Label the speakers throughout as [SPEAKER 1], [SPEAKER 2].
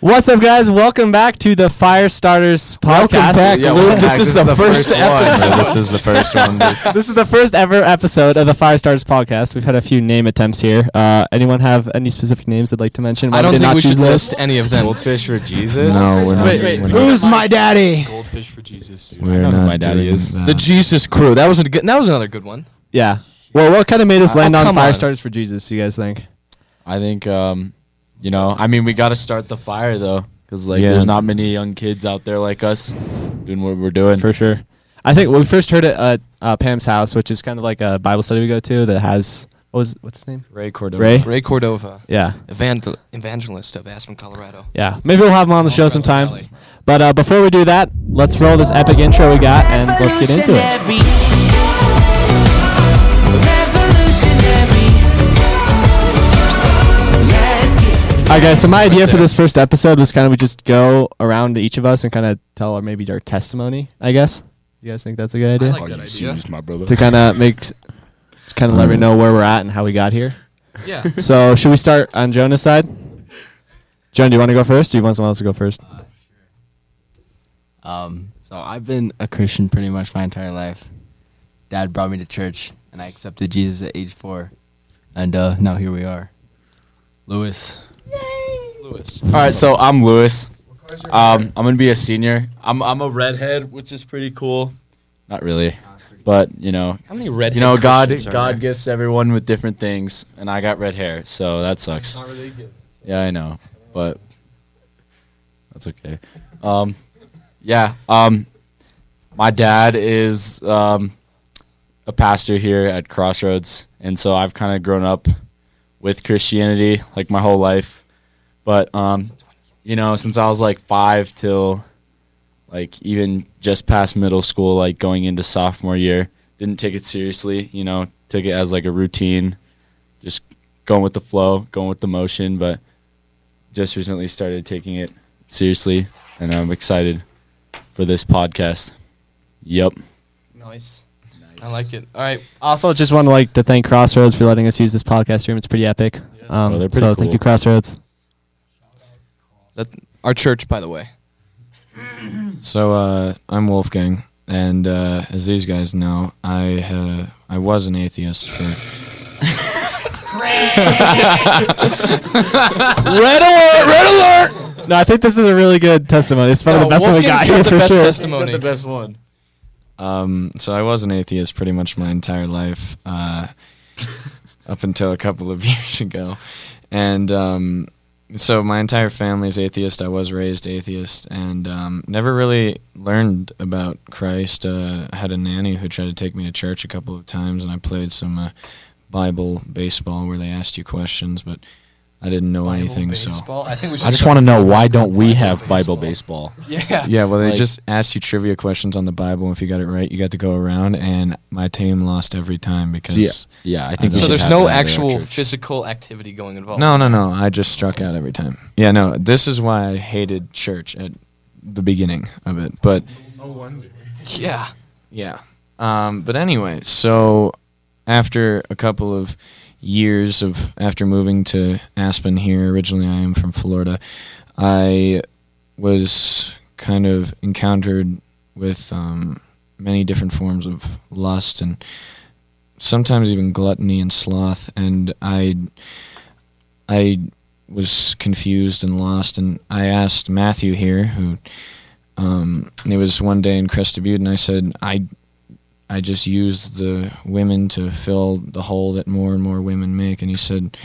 [SPEAKER 1] What's up, guys? Welcome back to the Firestarters
[SPEAKER 2] Welcome
[SPEAKER 1] podcast.
[SPEAKER 2] back,
[SPEAKER 3] Yeah,
[SPEAKER 2] Luke.
[SPEAKER 3] welcome
[SPEAKER 2] This
[SPEAKER 3] back.
[SPEAKER 2] is the first
[SPEAKER 3] one.
[SPEAKER 2] episode.
[SPEAKER 3] this is the first one. dude.
[SPEAKER 1] This is the first ever episode of the Firestarters podcast. We've had a few name attempts here. Uh, anyone have any specific names they'd like to mention? Why
[SPEAKER 2] I don't
[SPEAKER 1] did
[SPEAKER 2] think
[SPEAKER 1] not
[SPEAKER 2] we
[SPEAKER 1] choose
[SPEAKER 2] should
[SPEAKER 1] those?
[SPEAKER 2] list any of them.
[SPEAKER 3] Goldfish for Jesus?
[SPEAKER 4] No, we're not
[SPEAKER 1] Wait, wait,
[SPEAKER 4] we're not-
[SPEAKER 2] Who's my daddy?
[SPEAKER 5] Goldfish for Jesus.
[SPEAKER 4] We're
[SPEAKER 3] know who
[SPEAKER 4] not
[SPEAKER 3] my daddy
[SPEAKER 4] doing
[SPEAKER 3] is.
[SPEAKER 4] that.
[SPEAKER 2] The Jesus Crew. That was a good, that was another good one.
[SPEAKER 1] Yeah. Well, what kind of made us
[SPEAKER 2] Oh,
[SPEAKER 1] land on
[SPEAKER 2] come on.
[SPEAKER 1] Firestarters for Jesus? You guys think?
[SPEAKER 3] I think, um, you know, I mean, we got to start the fire though, because like,
[SPEAKER 4] Yeah.
[SPEAKER 3] there's not many young kids out there like us doing what we're doing.
[SPEAKER 1] For sure. I think we first heard it at uh, Pam's house, which is kind of like a Bible study we go to that has what was what's his name?
[SPEAKER 3] Ray Cordova.
[SPEAKER 1] Ray?
[SPEAKER 2] Ray Cordova,
[SPEAKER 1] Yeah.
[SPEAKER 2] evangel- evangelist of Aspen, Colorado.
[SPEAKER 1] Yeah, maybe we'll have him
[SPEAKER 3] Oh,
[SPEAKER 1] on the show
[SPEAKER 2] Colorado
[SPEAKER 1] sometime.
[SPEAKER 2] Valley.
[SPEAKER 1] But uh, before we do that, let's roll this epic intro we got and let's get into it.
[SPEAKER 6] Revolutionary. Revolutionary. Let's get
[SPEAKER 1] All right, guys. So my idea for this first episode was kind of we just go around to each of us and kind of tell our maybe our testimony. I guess. You guys think that's a good
[SPEAKER 2] I
[SPEAKER 1] idea
[SPEAKER 2] like that idea.
[SPEAKER 1] to kind of make, s- to kind of let me know where we're at and how we got here.
[SPEAKER 2] Yeah.
[SPEAKER 1] So should we start on Jonah's side? Jonah, do you want to go first? Or do you want someone else to go first?
[SPEAKER 7] Um, so I've been a Christian pretty much my entire life. Dad brought me to church, and I accepted Jesus at age four, and uh, now here we are. Lewis,
[SPEAKER 2] Lewis.
[SPEAKER 3] All right, so I'm Lewis. Um, I'm gonna be a senior. I'm I'm a redhead, which is pretty cool. Not really, but you know,
[SPEAKER 2] How many red?
[SPEAKER 3] you know, God God gifts everyone with different things, and I got red hair, so that sucks. Yeah, I know, but that's okay. Um, yeah, um, my dad is um, a pastor here at Crossroads, and so I've kind of grown up with Christianity like my whole life. But um, you know, since I was like five till like even just past middle school, like going into sophomore year, didn't take it seriously. You know, took it as like a routine, just going with the flow, going with the motion. But just recently started taking it seriously, and I'm excited for this podcast. Yep.
[SPEAKER 2] Nice. I like it. All right.
[SPEAKER 1] Also, just want to like to thank Crossroads for letting us use this podcast room. It's pretty epic. Um,
[SPEAKER 3] Oh,
[SPEAKER 1] so
[SPEAKER 3] they're pretty
[SPEAKER 1] thank
[SPEAKER 3] cool.
[SPEAKER 1] you, Crossroads.
[SPEAKER 2] That, our church, by the way.
[SPEAKER 4] So uh, I'm Wolfgang, and uh, as these guys know, I uh, I was an atheist for
[SPEAKER 1] Red alert! Red alert! No, I think this is a really good testimony. It's probably the best one Oh, we got here for sure.
[SPEAKER 2] testimony.
[SPEAKER 3] best one.
[SPEAKER 4] Um, so I was an atheist pretty much my entire life, uh, up until a couple of years ago, and um, so my entire family's atheist. I was raised atheist, and um, never really learned about Christ. Uh, I had a nanny who tried to take me to church a couple of times, and I played some uh, Bible baseball where they asked you questions, but I didn't know anything. So
[SPEAKER 2] baseball. I think we should
[SPEAKER 3] I just
[SPEAKER 2] start
[SPEAKER 3] want to know why
[SPEAKER 2] Bible
[SPEAKER 3] don't we have
[SPEAKER 2] baseball.
[SPEAKER 3] Bible baseball?
[SPEAKER 2] Yeah.
[SPEAKER 4] yeah, well, they
[SPEAKER 3] Like-
[SPEAKER 4] just asked you trivia questions on the Bible. and If you got it right, you got to go around, and my team lost every time because.
[SPEAKER 3] Yeah, I think. we
[SPEAKER 2] So
[SPEAKER 3] should
[SPEAKER 2] there's
[SPEAKER 3] have
[SPEAKER 2] no
[SPEAKER 3] that at our
[SPEAKER 2] actual
[SPEAKER 3] church.
[SPEAKER 2] physical activity going involved.
[SPEAKER 4] No, no, no. I just struck out every time. Yeah, no. This is why I hated church at the beginning of it. But
[SPEAKER 2] Yeah.
[SPEAKER 4] yeah. Um, but anyway, so after a couple of years of after moving to Aspen here, originally I am from Florida, I was kind of encountered with um, many different forms of lust and sometimes even gluttony and sloth, and I I was confused and lost, and I asked Matthew here who um, it was one day in Crested Butte, and I said, I, I just used the women to fill the hole that more and more women make. And he said,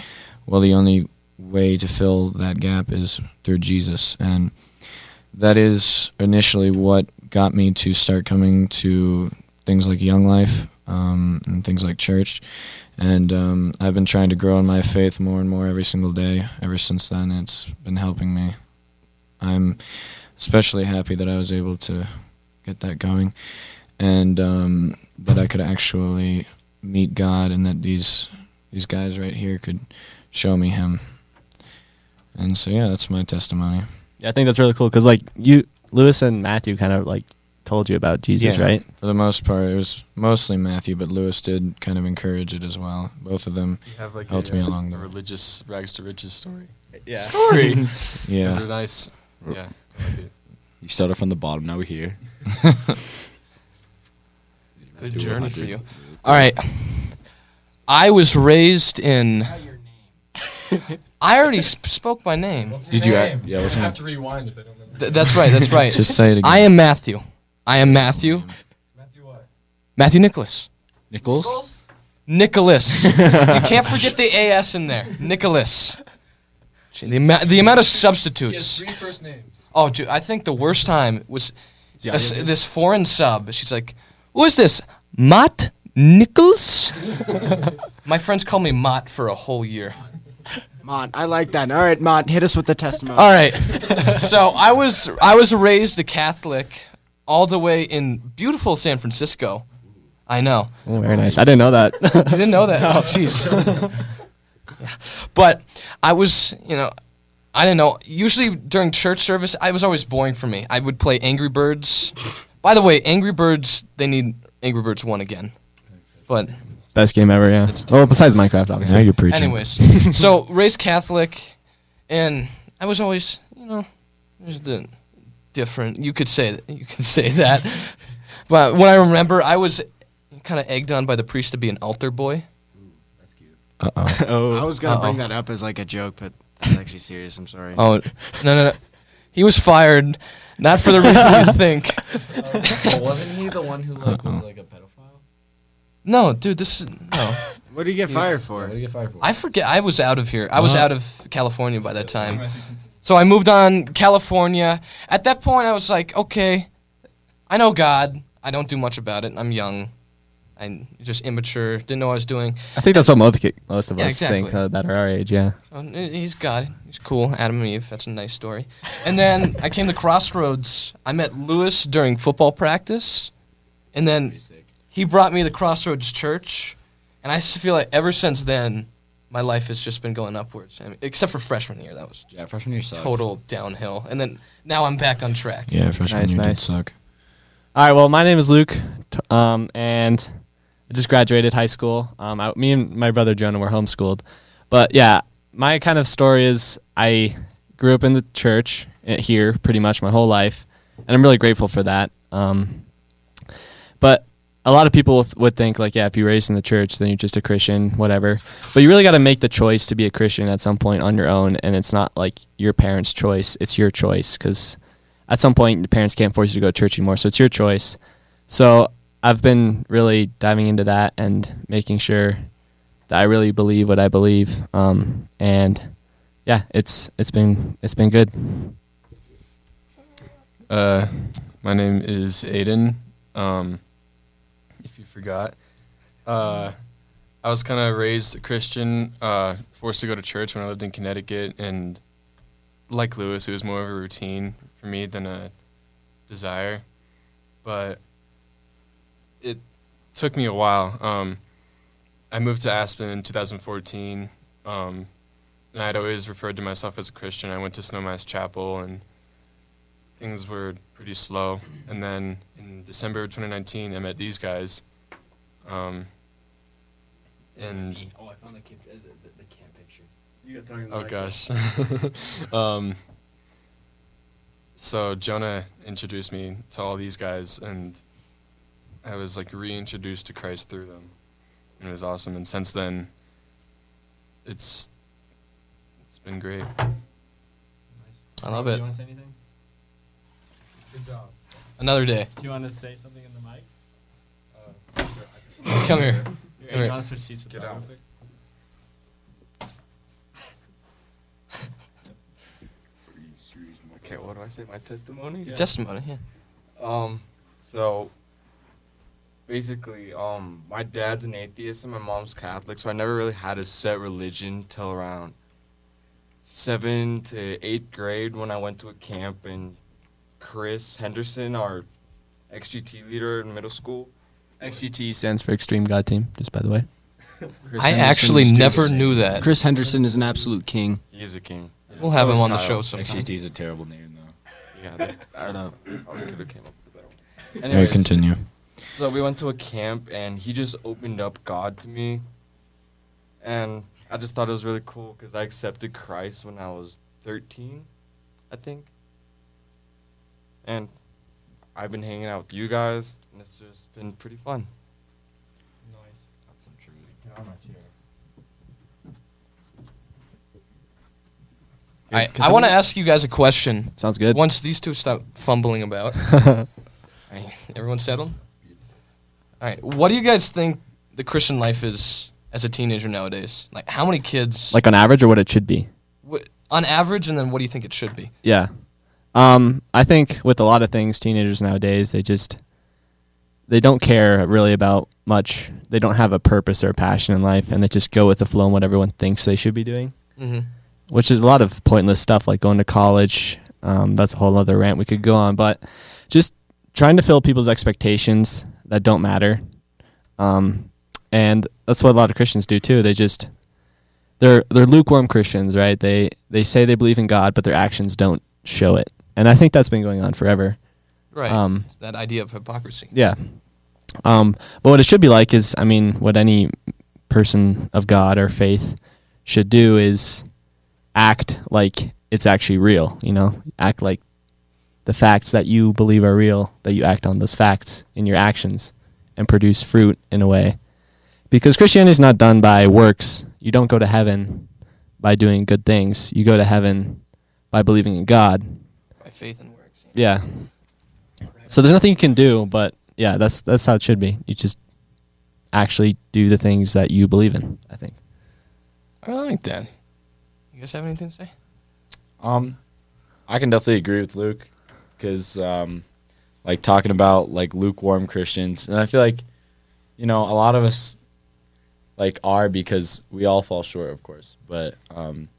[SPEAKER 4] well, the only way to fill that gap is through Jesus. And that is initially what got me to start coming to things like Young Life um, and things like church. And um, I've been trying to grow in my faith more and more every single day ever since then. It's been helping me. I'm especially happy that I was able to get that going and um, that I could actually meet God and that these these guys right here could show me him. And so yeah, that's my testimony.
[SPEAKER 1] Yeah, I think that's really cool because like you, Lewis and Matthew, kind of like told you about Jesus,
[SPEAKER 4] Yeah.
[SPEAKER 1] right?
[SPEAKER 4] For the most part, it was mostly Matthew, but Lewis did kind of encourage it as well. Both of them
[SPEAKER 5] You have like
[SPEAKER 4] Helped
[SPEAKER 5] a,
[SPEAKER 4] me
[SPEAKER 5] uh,
[SPEAKER 4] along the
[SPEAKER 5] a
[SPEAKER 4] way.
[SPEAKER 5] religious rags to riches story.
[SPEAKER 1] Yeah.
[SPEAKER 4] story. yeah.
[SPEAKER 2] nice. Yeah.
[SPEAKER 3] You started from the bottom. Now we're here.
[SPEAKER 2] Good
[SPEAKER 3] Do
[SPEAKER 2] journey
[SPEAKER 3] 100.
[SPEAKER 2] for you. All right. I was raised in. I already sp- spoke my name.
[SPEAKER 3] Did you? a- Yeah. What's your name?
[SPEAKER 5] to rewind if they don't remember.
[SPEAKER 2] Th- that's right. That's right.
[SPEAKER 4] Just say it again.
[SPEAKER 2] I am Matthew. I am Matthew.
[SPEAKER 5] Matthew what?
[SPEAKER 2] Matthew Nicholas.
[SPEAKER 3] Nichols.
[SPEAKER 2] Nicholas. you can't forget the AS in there. Nicholas. Gee, The, ama- the amount of
[SPEAKER 5] He has
[SPEAKER 2] substitutes.
[SPEAKER 5] three first names.
[SPEAKER 2] Oh, dude, I think the worst time was
[SPEAKER 1] Yeah,
[SPEAKER 2] a s- this foreign sub. She's like, "Who is this? Matt Nichols?" My friends called me Matt for a whole year.
[SPEAKER 7] Mont, I like that. All right, Mont, hit us with the testimony.
[SPEAKER 2] All right. so I was I was raised a Catholic, all the way in beautiful San Francisco. I know.
[SPEAKER 1] Oh, very nice. I didn't know that.
[SPEAKER 2] You didn't know that. Oh, jeez. Yeah. But I was, you know, I didn't know. Usually during church service, I was always boring for me. I would play Angry Birds. By the way, Angry Birds, they need Angry Birds 1 again. But
[SPEAKER 1] Best game ever. Yeah. Well, besides Minecraft,
[SPEAKER 4] now
[SPEAKER 1] obviously.
[SPEAKER 4] you're preaching.
[SPEAKER 2] anyways, so raised Catholic and I was always, you know, there's the different. You could say you could say that. but when I remember, I was kind of egged on by the priest to be an altar boy.
[SPEAKER 4] Uh oh.
[SPEAKER 7] I was gonna
[SPEAKER 2] Uh-oh.
[SPEAKER 7] bring that up as like a joke, but it's actually serious. I'm sorry.
[SPEAKER 2] Oh no no no! He was fired, not for the reason you think.
[SPEAKER 5] Oh, wasn't he the one who like was like a pedophile?
[SPEAKER 2] No, dude, this is no.
[SPEAKER 7] What do you get fired for?
[SPEAKER 5] What did he get fired for?
[SPEAKER 2] I forget. I was out of here. I was out of California by that time. So I moved on California. At that point, I was like, okay, I know God. I don't do much about it. I'm young. I'm just immature. Didn't know what I was doing.
[SPEAKER 1] I think that's what most ki- most of
[SPEAKER 2] Yeah,
[SPEAKER 1] us
[SPEAKER 2] exactly.
[SPEAKER 1] think uh, that are our age. Yeah.
[SPEAKER 2] Oh, n- He's God. He's cool. Adam and Eve. That's a nice story. And then I came to Crossroads. I met Lewis during football practice, and then he brought me to Crossroads Church, and I s- feel like ever since then, my life has just been going upwards. I mean, except for freshman year, that was
[SPEAKER 3] Yeah, freshman year sucked.
[SPEAKER 2] total downhill. And then now I'm back on track.
[SPEAKER 4] Yeah, freshman
[SPEAKER 1] Nice,
[SPEAKER 4] year
[SPEAKER 1] nice.
[SPEAKER 4] did suck.
[SPEAKER 1] All right. Well, my name is Luke, t- um, and I just graduated high school. Um, I, me and my brother Jonah were homeschooled, but yeah, my kind of story is I grew up in the church eh, here pretty much my whole life, and I'm really grateful for that. Um, but a lot of people th- would think like, yeah, if you're raised in the church, then you're just a Christian, whatever. But you really got to make the choice to be a Christian at some point on your own, and it's not like your parents' choice; it's your choice because at some point your parents can't force you to go to church anymore, so it's your choice. So I've been really diving into that and making sure that I really believe what I believe. Um, and yeah, it's it's been it's been good.
[SPEAKER 5] Uh, my name is Aiden. Um, if you forgot, uh, I was kind of raised a Christian, uh, forced to go to church when I lived in Connecticut, and like Lewis, it was more of a routine for me than a desire. But it took me a while. Um, I moved to Aspen in 2014, um, and I'd always referred to myself as a Christian. I went to Snowmass Chapel and things were pretty slow. And then in December of 2019, I met these guys. Um, and
[SPEAKER 7] Oh, I found the kid, the, the camp picture.
[SPEAKER 5] oh gosh, um, so Jonah introduced me to all these guys, and I was like reintroduced to Christ through them, and it was awesome. And since then, it's it's been great.
[SPEAKER 2] I love it.
[SPEAKER 5] want to say anything? Good job.
[SPEAKER 2] Another day.
[SPEAKER 5] Do you want to say something in the mic?
[SPEAKER 2] Come here. Come here.
[SPEAKER 5] want to switch seats? Get out.
[SPEAKER 3] Okay, what do I say? My testimony.
[SPEAKER 2] Testimony. Yeah.
[SPEAKER 3] Um, so basically, um, my dad's an atheist and my mom's Catholic, so I never really had a set religion till around seven to eighth grade when I went to a camp and Chris Henderson, our XGT leader in middle school.
[SPEAKER 1] XGT stands for Extreme God Team, just by the way.
[SPEAKER 2] I actually never knew that.
[SPEAKER 7] Chris Henderson is an absolute king.
[SPEAKER 3] He is a king.
[SPEAKER 2] We'll have
[SPEAKER 3] So
[SPEAKER 2] him
[SPEAKER 3] is
[SPEAKER 2] on the
[SPEAKER 3] Kyle.
[SPEAKER 2] show sometime.
[SPEAKER 3] is a terrible name, though. Yeah, that, I don't know. I could have came up with a better one.
[SPEAKER 4] Yeah,
[SPEAKER 3] Anyways,
[SPEAKER 4] continue.
[SPEAKER 3] So we went to a camp and he just opened up God to me. And
[SPEAKER 8] I just thought it was really cool because I accepted Christ when I was 13, I think. And I've been hanging out with you guys, and it's just been pretty fun.
[SPEAKER 2] I, I want to ask you guys a question.
[SPEAKER 1] Sounds good.
[SPEAKER 2] Once these two stop fumbling about, Alright, everyone settled? All right. What do you guys think the Christian life is as a teenager nowadays? Like, how many kids,
[SPEAKER 1] like on average, or what it should be.
[SPEAKER 2] wha- on average, and then what do you think it should be?
[SPEAKER 1] Yeah. Um, I think with a lot of things, teenagers nowadays, they just they don't care really about much. They don't have a purpose or a passion in life, and they just go with the flow and what everyone thinks they should be doing,
[SPEAKER 2] Mm-hmm.
[SPEAKER 1] which is a lot of pointless stuff like going to college. Um, that's a whole other rant we could go on, but just trying to fill people's expectations that don't matter, um, and that's what a lot of Christians do too. They just they're they're lukewarm Christians, right? They they say they believe in God, but their actions don't show it. And I think that's been going on forever.
[SPEAKER 2] Right.
[SPEAKER 1] Um,
[SPEAKER 2] It's that idea of hypocrisy.
[SPEAKER 1] Yeah. Um, but what it should be like is, I mean, what any person of God or faith should do is act like it's actually real. You know, act like the facts that you believe are real. That you act on those facts in your actions and produce fruit in a way. Because Christianity is not done by works. You don't go to heaven by doing good things. You go to heaven by believing in God
[SPEAKER 2] By faith and works.
[SPEAKER 1] yeah. So there's nothing you can do, but yeah, that's that's how it should be. You just actually do the things that you believe in. I think.
[SPEAKER 2] I like that. You guys have anything to say?
[SPEAKER 3] Um, I can definitely agree with Luke because, um, like talking about like lukewarm Christians, and I feel like, you know, a lot of us like are because we all fall short, of course. But um,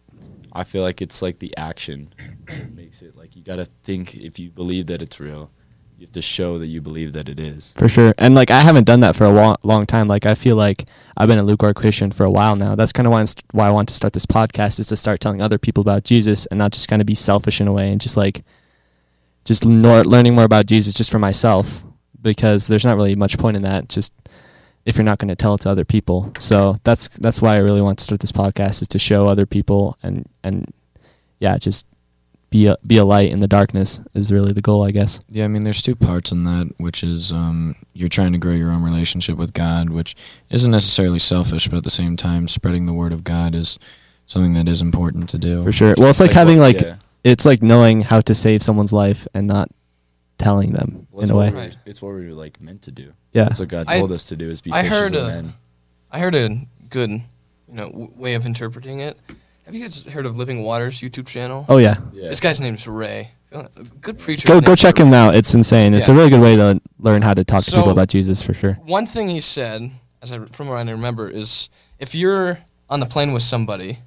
[SPEAKER 3] I feel like it's like the action that makes it like you gotta think if you believe that it's real, you have to show that you believe that it is.
[SPEAKER 1] For sure. And like I haven't done that for a wa- long time. Like I feel like I've been a lukewarm Christian for a while now. That's kind of why, I'm st- why I want to start this podcast is to start telling other people about Jesus and not just kind of be selfish in a way and just like just nor- learning more about Jesus just for myself because there's not really much point in that just if you're not going to tell it to other people. So that's that's why I really want to start this podcast is to show other people and and yeah, just be a, be a light in the darkness is really the goal, I guess.
[SPEAKER 4] Yeah, I mean, there's two parts in that, which is um, you're trying to grow your own relationship with God, which isn't necessarily selfish, but at the same time, spreading the word of God is something that is important to do.
[SPEAKER 1] For sure. Well, it's like,
[SPEAKER 3] what-
[SPEAKER 1] having like
[SPEAKER 3] yeah.
[SPEAKER 1] it's like knowing how to save someone's life and not telling them
[SPEAKER 3] Well,
[SPEAKER 1] in
[SPEAKER 3] it's
[SPEAKER 1] a way.
[SPEAKER 3] what we- it's what we were like meant to do.
[SPEAKER 1] Yeah.
[SPEAKER 3] That's what God
[SPEAKER 2] I-
[SPEAKER 3] told us to do is be
[SPEAKER 2] I
[SPEAKER 3] fishers
[SPEAKER 2] heard,
[SPEAKER 3] of
[SPEAKER 2] uh,
[SPEAKER 3] men.
[SPEAKER 2] I heard a good, you know, w- way of interpreting it. Have you guys heard of Living Waters YouTube channel?
[SPEAKER 1] Oh yeah.
[SPEAKER 3] Yeah.
[SPEAKER 2] This guy's name's Ray. A Good preacher.
[SPEAKER 1] Go
[SPEAKER 2] His
[SPEAKER 1] go
[SPEAKER 2] name's
[SPEAKER 1] check him out. It's insane. It's a
[SPEAKER 2] Yeah.
[SPEAKER 1] really good way to learn how to talk to
[SPEAKER 2] So-
[SPEAKER 1] people about Jesus for sure.
[SPEAKER 2] One thing he said, as I, from what I remember, is if you're on the plane with somebody,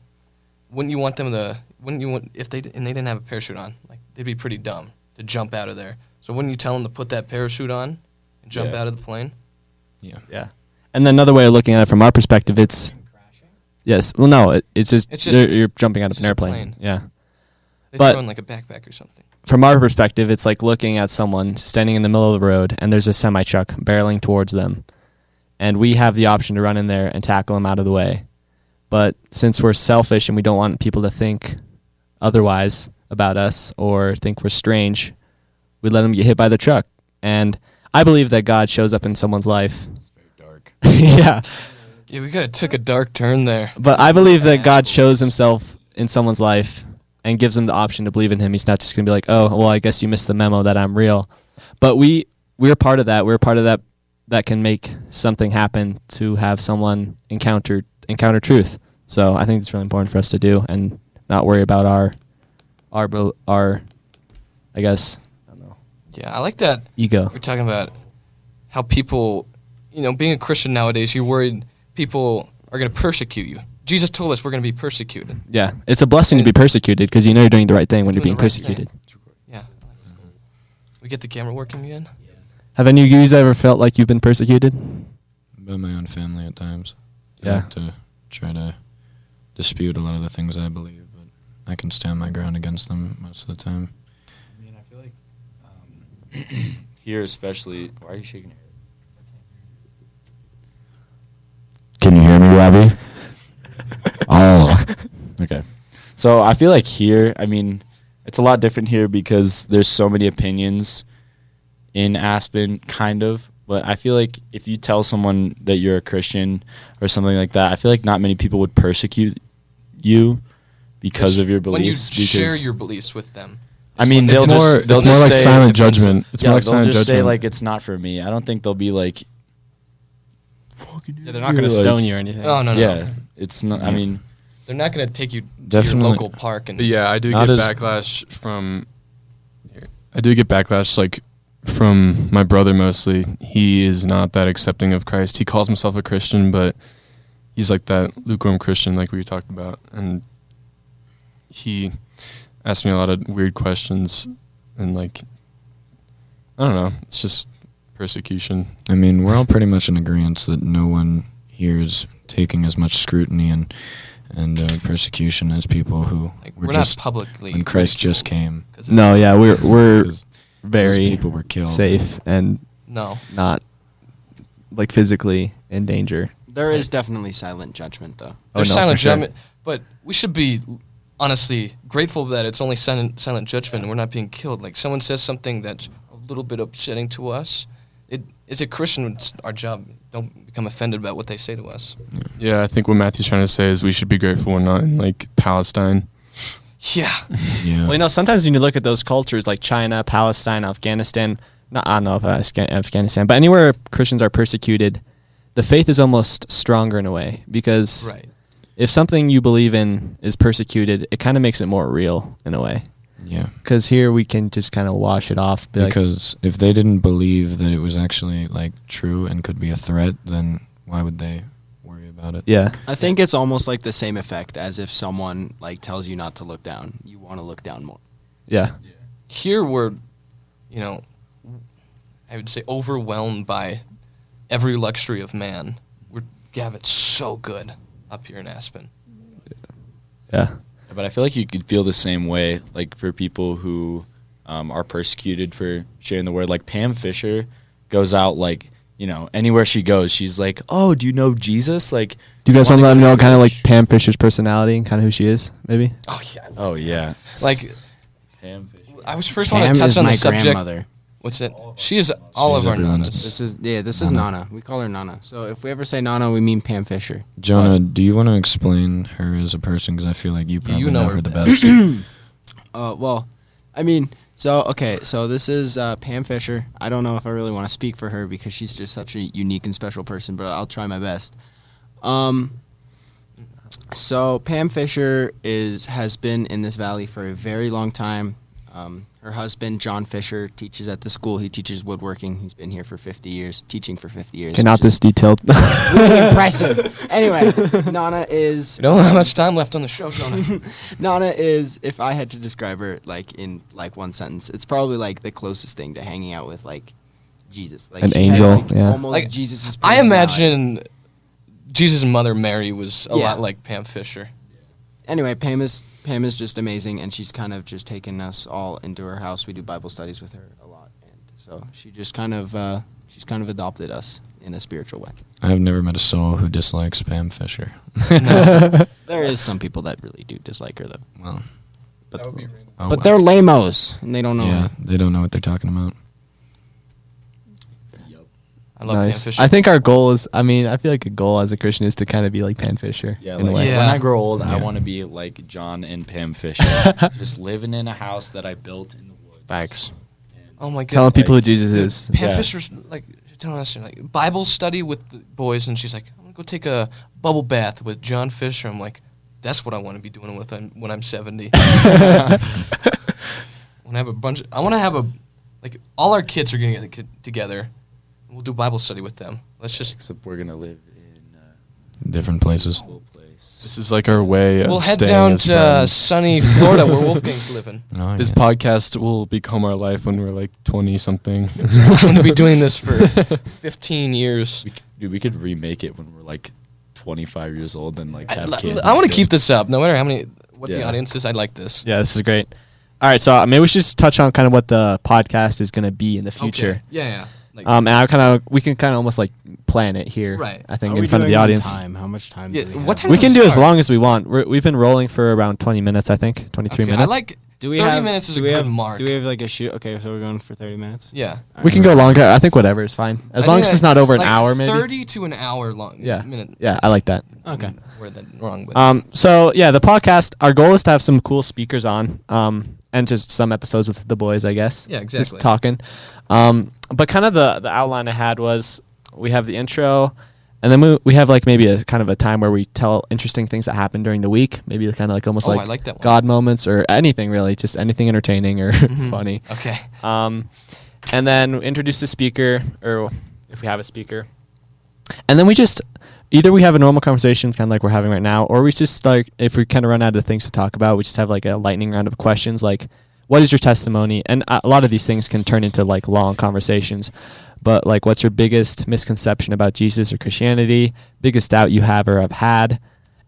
[SPEAKER 2] wouldn't you want them to? Wouldn't you want if they d- and they didn't have a parachute on? Like they'd be pretty dumb to jump out of there. So wouldn't you tell them to put that parachute on and jump
[SPEAKER 3] Yeah.
[SPEAKER 2] out of the plane?
[SPEAKER 1] And then another way of looking at it from our perspective, it's yes. Well, no, it, it's just,
[SPEAKER 2] It's just-
[SPEAKER 1] you're- you're jumping out of
[SPEAKER 2] it's
[SPEAKER 1] an
[SPEAKER 2] just a
[SPEAKER 1] airplane.
[SPEAKER 2] plane.
[SPEAKER 1] Yeah.
[SPEAKER 2] They
[SPEAKER 1] But-
[SPEAKER 2] throw in like a backpack or something.
[SPEAKER 1] From our perspective, it's like looking at someone standing in the middle of the road and there's a semi truck barreling towards them, and we have the option to run in there and tackle them out of the way. But since we're selfish and we don't want people to think otherwise about us or think we're strange, we let them get hit by the truck. And I believe that God shows up in someone's life. yeah.
[SPEAKER 2] Yeah, we could have took a dark turn there.
[SPEAKER 1] But I believe that God shows himself in someone's life and gives them the option to believe in him. He's not just going to be like, "Oh, well, I guess you missed the memo that I'm real." But we we're part of that. We're part of that that can make something happen to have someone encounter encounter truth. So, I think it's really important for us to do and not worry about our our bel- our I guess I don't know,
[SPEAKER 2] Yeah, I like that.
[SPEAKER 1] ego.
[SPEAKER 2] We're talking about how people, you know, being a Christian nowadays, you're worried people are going to persecute you. Jesus told us we're going to be persecuted.
[SPEAKER 1] Yeah. It's a blessing to be persecuted because you know you're doing the right thing when you're
[SPEAKER 2] Doing
[SPEAKER 1] being
[SPEAKER 2] the right thing.
[SPEAKER 1] persecuted.
[SPEAKER 2] Yeah. We get the camera working again?
[SPEAKER 1] Have any of you guys ever felt like you've been persecuted?
[SPEAKER 4] By my own family at times. They
[SPEAKER 1] Yeah.
[SPEAKER 4] like to try to dispute a lot of the things I believe, but I can stand my ground against them most of the time.
[SPEAKER 3] I mean, I feel like um, here, especially. Why are you shaking your head? Can you hear me, Robbie? Okay. So I feel like here, I mean, it's a lot different here because there's so many opinions in Aspen, kind of. But I feel like if you tell someone that you're a Christian or something like that, I feel like not many people would persecute you because of your
[SPEAKER 2] when you
[SPEAKER 3] beliefs.
[SPEAKER 2] share
[SPEAKER 3] because-
[SPEAKER 2] your beliefs with them.
[SPEAKER 3] I
[SPEAKER 2] is
[SPEAKER 3] mean,
[SPEAKER 2] when
[SPEAKER 3] they'll
[SPEAKER 5] it's
[SPEAKER 3] just-
[SPEAKER 5] more,
[SPEAKER 3] they'll
[SPEAKER 5] it's more
[SPEAKER 3] just
[SPEAKER 5] like
[SPEAKER 3] say it
[SPEAKER 5] silent
[SPEAKER 3] depends.
[SPEAKER 5] judgment. It's
[SPEAKER 3] yeah,
[SPEAKER 5] more like
[SPEAKER 3] they'll
[SPEAKER 5] silent
[SPEAKER 3] just
[SPEAKER 5] judgment.
[SPEAKER 3] say like it's not for me. I don't think they'll be like,
[SPEAKER 1] Yeah, they're not going to
[SPEAKER 3] Like-
[SPEAKER 1] stone you or anything.
[SPEAKER 2] No, no, no.
[SPEAKER 3] yeah, it's not. I mean,
[SPEAKER 2] They're not going to take you to your
[SPEAKER 4] Definitely.
[SPEAKER 2] local park and
[SPEAKER 5] But yeah, I do
[SPEAKER 4] Not
[SPEAKER 5] get
[SPEAKER 4] as-
[SPEAKER 5] backlash from. I do get backlash like from my brother mostly. He is not that accepting of Christ. He calls himself a Christian, but he's like that lukewarm Christian, like we talked about, and he asked me a lot of weird questions, and like I don't know, it's just persecution.
[SPEAKER 4] I mean, we're all pretty much in agreement that no one here is taking as much scrutiny and and uh, persecution as people who
[SPEAKER 2] like,
[SPEAKER 4] were
[SPEAKER 2] we're
[SPEAKER 4] just
[SPEAKER 2] not publicly
[SPEAKER 4] when Christ just
[SPEAKER 2] ridiculed
[SPEAKER 4] came.
[SPEAKER 2] 'cause of-
[SPEAKER 1] No, yeah, we're we're
[SPEAKER 4] 'Cause those
[SPEAKER 1] very
[SPEAKER 4] people were killed.
[SPEAKER 1] safe and
[SPEAKER 2] No.
[SPEAKER 1] not like physically in danger.
[SPEAKER 7] There is definitely silent judgment, though.
[SPEAKER 1] Oh,
[SPEAKER 2] There's
[SPEAKER 1] no,
[SPEAKER 2] silent
[SPEAKER 1] for sure.
[SPEAKER 2] judgment, but we should be honestly grateful that it's only silent, silent judgment and we're not being killed. Like someone says something that's a little bit upsetting to us, it is a Christian. It's our job. Don't become offended about what they say to us.
[SPEAKER 5] Yeah, I think what Matthew's trying to say is we should be grateful we're not in like Palestine.
[SPEAKER 2] Yeah,
[SPEAKER 4] Yeah.
[SPEAKER 1] Well, you know, sometimes when you look at those cultures like China, Palestine, Afghanistan, not, I don't know if Afga- Afghanistan, but anywhere Christians are persecuted, the faith is almost stronger in a way because
[SPEAKER 2] right.
[SPEAKER 1] if something you believe in is persecuted, it kind of makes it more real in a way.
[SPEAKER 4] yeah.
[SPEAKER 1] Because here we can just kind of wash it off. Be like,
[SPEAKER 4] Because if they didn't believe that it was actually like true and could be a threat, then why would they worry about it?
[SPEAKER 1] yeah,
[SPEAKER 7] I think it's almost like the same effect as if someone like tells you not to look down. You want to look down more.
[SPEAKER 1] yeah,
[SPEAKER 2] Here we're, you know, I would say overwhelmed by every luxury of man. We're yeah, it's so good up here in Aspen.
[SPEAKER 1] yeah.
[SPEAKER 3] But I feel like you could feel the same way, like for people who um, are persecuted for sharing the word. Like Pam Fisher goes out, like you know, anywhere she goes, she's like, "Oh, do you know Jesus?" Like,
[SPEAKER 1] Do you guys want
[SPEAKER 3] wanna
[SPEAKER 1] to let me
[SPEAKER 3] go
[SPEAKER 1] know
[SPEAKER 3] to
[SPEAKER 1] kind of like
[SPEAKER 3] church?
[SPEAKER 1] Pam Fisher's personality and kind of who she is, maybe?
[SPEAKER 2] Oh yeah,
[SPEAKER 3] Oh yeah,
[SPEAKER 2] like
[SPEAKER 3] Pam Fisher.
[SPEAKER 2] I was first
[SPEAKER 7] Pam
[SPEAKER 2] want to touch
[SPEAKER 7] is
[SPEAKER 2] on
[SPEAKER 7] my
[SPEAKER 2] the subject.
[SPEAKER 7] grandmother.
[SPEAKER 2] What's it? She is all
[SPEAKER 4] She's
[SPEAKER 2] of our
[SPEAKER 4] everyone's-
[SPEAKER 2] nuns.
[SPEAKER 7] This is yeah. This is Nana. We call her Nana. So if we ever say Nana, we mean Pam Fisher.
[SPEAKER 4] Jonah, Uh, do you want to explain her as a person? Because I feel like you probably
[SPEAKER 2] know
[SPEAKER 4] know,
[SPEAKER 2] her
[SPEAKER 4] her the
[SPEAKER 2] best.
[SPEAKER 4] best.
[SPEAKER 7] Uh, well, I mean, so okay, so this is uh, Pam Fisher. I don't know if I really want to speak for her because she's just such a unique and special person, but I'll try my best. Um, so Pam Fisher is has been in this valley for a very long time. Um, her husband John Fisher teaches at the school. He teaches woodworking. He's been here for 50 years, teaching for 50 years.
[SPEAKER 1] Okay, not
[SPEAKER 7] which
[SPEAKER 1] this detailed.
[SPEAKER 7] is really impressive. Anyway, Nana is
[SPEAKER 2] We don't have much time left on the show, Jonah.
[SPEAKER 7] Nana is, if I had to describe her like in like one sentence, it's probably like the closest thing to hanging out with like Jesus, like
[SPEAKER 1] An
[SPEAKER 7] she has,
[SPEAKER 1] angel,
[SPEAKER 7] like,
[SPEAKER 1] yeah.
[SPEAKER 7] almost
[SPEAKER 2] Like,
[SPEAKER 7] Jesus.
[SPEAKER 2] I imagine Jesus' mother Mary was a
[SPEAKER 7] Yeah.
[SPEAKER 2] lot like Pam Fisher.
[SPEAKER 7] Anyway, Pam is Pam is just amazing, and she's kind of just taken us all into her house. We do Bible studies with her a lot, and so she just kind of uh, she's kind of adopted us in a spiritual way.
[SPEAKER 4] I've never met a soul who dislikes Pam Fisher.
[SPEAKER 7] There is some people that really do dislike her though,
[SPEAKER 4] Well,
[SPEAKER 7] but
[SPEAKER 4] oh,
[SPEAKER 7] but
[SPEAKER 4] well.
[SPEAKER 7] they're lamos and they don't know.
[SPEAKER 4] yeah,
[SPEAKER 7] her.
[SPEAKER 4] they don't know what they're talking about.
[SPEAKER 2] I love Pam Fisher.
[SPEAKER 1] I think our goal is, I mean, I feel like a goal as a Christian is to kind of be like Pan Fisher.
[SPEAKER 3] Yeah,
[SPEAKER 1] in a
[SPEAKER 3] like,
[SPEAKER 1] way.
[SPEAKER 2] Yeah.
[SPEAKER 3] when I grow old, I
[SPEAKER 4] Yeah.
[SPEAKER 3] want to be like John and Pam Fisher, just living in a house that I built in the woods.
[SPEAKER 4] Facts.
[SPEAKER 2] Oh my god.
[SPEAKER 1] Telling people who
[SPEAKER 3] Like,
[SPEAKER 1] Jesus
[SPEAKER 2] Dude,
[SPEAKER 1] is.
[SPEAKER 2] Pam
[SPEAKER 3] yeah.
[SPEAKER 2] Fisher's like she's telling us like Bible study with the boys, and she's like, I'm gonna go take a bubble bath with John Fisher. I'm like, that's what I want to be doing with I'm, when I'm 70. when I have a bunch, I want to have a like all our kids are gonna get ki- together. and We'll do Bible study with them. Let's just
[SPEAKER 3] Except we're gonna live in uh,
[SPEAKER 4] Different places.
[SPEAKER 3] a cool place.
[SPEAKER 5] This is like our way of
[SPEAKER 2] We'll head
[SPEAKER 5] staying
[SPEAKER 2] down
[SPEAKER 5] as
[SPEAKER 2] to uh,
[SPEAKER 5] friends.
[SPEAKER 2] sunny Florida where Wolfgang's living.
[SPEAKER 4] Oh,
[SPEAKER 5] This
[SPEAKER 4] yeah.
[SPEAKER 5] podcast will become our life when we're like 20 something.
[SPEAKER 2] I'm going to be doing this for 15 years.
[SPEAKER 3] We, c- dude, we could remake it when we're like 25 years old and like
[SPEAKER 2] I,
[SPEAKER 3] have kids.
[SPEAKER 2] want to
[SPEAKER 3] and
[SPEAKER 2] keep
[SPEAKER 3] stuff.
[SPEAKER 2] this up, no matter how many what the
[SPEAKER 3] Yeah.
[SPEAKER 2] audience is. I like this.
[SPEAKER 1] Yeah, this is great. All right, so uh, maybe we should just touch on kind of what the podcast is going to be in the future.
[SPEAKER 2] Yeah, yeah. Like,
[SPEAKER 1] Um, and I kind of we can kind of almost like plan it here.
[SPEAKER 2] Right.
[SPEAKER 1] I think
[SPEAKER 7] Are
[SPEAKER 1] in
[SPEAKER 7] we
[SPEAKER 1] front of the
[SPEAKER 7] doing on
[SPEAKER 1] audience.
[SPEAKER 7] Time? How much time?
[SPEAKER 2] Yeah,
[SPEAKER 7] do we
[SPEAKER 2] what
[SPEAKER 7] have?
[SPEAKER 2] time
[SPEAKER 1] We can do as
[SPEAKER 2] Start.
[SPEAKER 1] long as we want. We're, we've been rolling for around 20 minutes, I think. 23
[SPEAKER 2] okay, I
[SPEAKER 1] minutes.
[SPEAKER 2] like
[SPEAKER 7] Do we
[SPEAKER 2] 30
[SPEAKER 7] have,
[SPEAKER 2] minutes is
[SPEAKER 7] do
[SPEAKER 2] a
[SPEAKER 7] we
[SPEAKER 2] good
[SPEAKER 7] have,
[SPEAKER 2] mark.
[SPEAKER 7] Do we have like a shoot? Okay, so we're going for 30 minutes.
[SPEAKER 2] yeah.
[SPEAKER 1] we can go longer. I think whatever is fine. As
[SPEAKER 2] I
[SPEAKER 1] long
[SPEAKER 2] think
[SPEAKER 1] as it's
[SPEAKER 2] like-
[SPEAKER 1] not over an
[SPEAKER 2] like
[SPEAKER 1] hour, maybe.
[SPEAKER 2] 30 to an hour long.
[SPEAKER 1] Yeah.
[SPEAKER 2] Minute.
[SPEAKER 1] Yeah, I like that.
[SPEAKER 7] Okay.
[SPEAKER 2] Word that wrong, but
[SPEAKER 1] Um, so yeah, the podcast. Our goal is to have some cool speakers on, um, and just some episodes with the boys, I guess.
[SPEAKER 2] Yeah,
[SPEAKER 1] Just
[SPEAKER 2] exactly.
[SPEAKER 1] talking. Um, but kind of the the outline I had was we have the intro, and then we we have like maybe a kind of a time where we tell interesting things that happened during the week. Maybe kind of like almost
[SPEAKER 2] Oh, I
[SPEAKER 1] like,
[SPEAKER 2] like that one.
[SPEAKER 1] God moments or anything really, just anything entertaining or
[SPEAKER 2] Mm-hmm.
[SPEAKER 1] funny.
[SPEAKER 2] okay.
[SPEAKER 1] Um, and then introduce the speaker, or if we have a speaker. And then we just either we have a normal conversation, kind of like we're having right now, or we just like if we kind of run out of things to talk about, we just have like a lightning round of questions, like what is your testimony? And a a lot of these things can turn into like long conversations. But like, what's your biggest misconception about Jesus or Christianity? Biggest doubt you have or have had,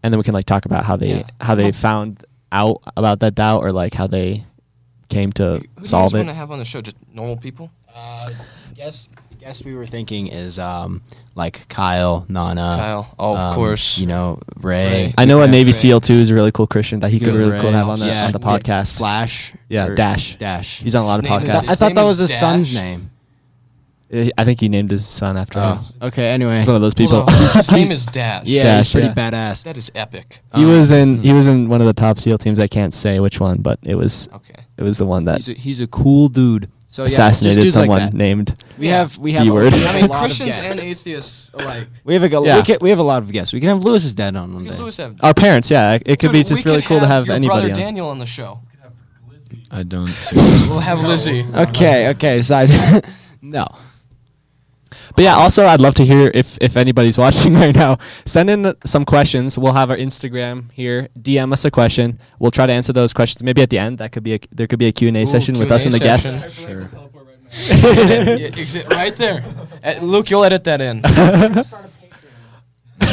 [SPEAKER 1] and then we can like talk about how they
[SPEAKER 2] Yeah.
[SPEAKER 1] how they found out about that doubt or like how they came to
[SPEAKER 2] Who do you guys
[SPEAKER 1] solve
[SPEAKER 2] want
[SPEAKER 1] it.
[SPEAKER 2] to have on the show? Just normal people?
[SPEAKER 7] Uh, guess guess we were thinking is um like Kyle, Nana,
[SPEAKER 2] Kyle. Oh, of
[SPEAKER 7] um,
[SPEAKER 2] course.
[SPEAKER 7] you know Ray.
[SPEAKER 2] Ray.
[SPEAKER 1] I know a
[SPEAKER 2] Yeah,
[SPEAKER 1] Navy
[SPEAKER 2] right.
[SPEAKER 1] SEAL too is a really cool Christian that he could
[SPEAKER 4] was
[SPEAKER 1] really
[SPEAKER 4] Ray
[SPEAKER 1] cool to have on the
[SPEAKER 7] Yeah,
[SPEAKER 1] on the
[SPEAKER 7] yeah,
[SPEAKER 1] podcast.
[SPEAKER 7] Flash.
[SPEAKER 1] Yeah,
[SPEAKER 7] or
[SPEAKER 1] Dash.
[SPEAKER 7] Dash.
[SPEAKER 1] He's on a lot of
[SPEAKER 2] His name is-
[SPEAKER 1] podcasts.
[SPEAKER 7] I thought that
[SPEAKER 2] name
[SPEAKER 7] was
[SPEAKER 2] is
[SPEAKER 7] his son's
[SPEAKER 2] Dash.
[SPEAKER 7] name.
[SPEAKER 1] Uh, I think he named his son after him.
[SPEAKER 7] Oh, okay. Anyway,
[SPEAKER 1] He's one of those people.
[SPEAKER 2] Hold on. His name is Dash.
[SPEAKER 7] yeah,
[SPEAKER 1] Dash,
[SPEAKER 7] he's pretty
[SPEAKER 1] yeah.
[SPEAKER 7] badass.
[SPEAKER 2] That is epic.
[SPEAKER 1] he was in he was in one of the top SEAL teams. I can't say which one, but it was
[SPEAKER 2] Okay.
[SPEAKER 1] it was the one that
[SPEAKER 7] He's a, he's a cool dude. So yeah, just
[SPEAKER 1] assassinated
[SPEAKER 7] dudes like
[SPEAKER 1] someone
[SPEAKER 7] that.
[SPEAKER 1] named.
[SPEAKER 7] We
[SPEAKER 2] Yeah.
[SPEAKER 7] have we have
[SPEAKER 1] B-word.
[SPEAKER 7] A, we have
[SPEAKER 2] I
[SPEAKER 7] a
[SPEAKER 2] mean,
[SPEAKER 7] lot
[SPEAKER 2] Christians
[SPEAKER 7] of
[SPEAKER 2] and
[SPEAKER 7] guests.
[SPEAKER 2] atheists alike.
[SPEAKER 7] we have a go-
[SPEAKER 1] Yeah.
[SPEAKER 7] we, can, we have a lot of guests. We can have Lewis's dad on one
[SPEAKER 2] We
[SPEAKER 7] day.
[SPEAKER 2] could Lewis have.
[SPEAKER 1] Our parents, yeah. It, it Uh, could
[SPEAKER 2] Dude,
[SPEAKER 1] be
[SPEAKER 2] we
[SPEAKER 1] just
[SPEAKER 2] could
[SPEAKER 1] really cool to have
[SPEAKER 2] your
[SPEAKER 1] anybody
[SPEAKER 2] brother
[SPEAKER 1] on.
[SPEAKER 2] Daniel on the show.
[SPEAKER 4] I don't.
[SPEAKER 2] We'll have Lizzie.
[SPEAKER 7] Okay, okay. Side. no.
[SPEAKER 1] But yeah, also I'd love to hear if if anybody's watching right now, send in some questions. We'll have our Instagram here. DM us a question. We'll try to answer those questions. Maybe at the end, that could be a there could be a Q and A session with
[SPEAKER 2] Q&A
[SPEAKER 1] us and the guests.
[SPEAKER 2] session. Yeah, exit right there. Uh, Luke, you'll edit that in.
[SPEAKER 1] Oh,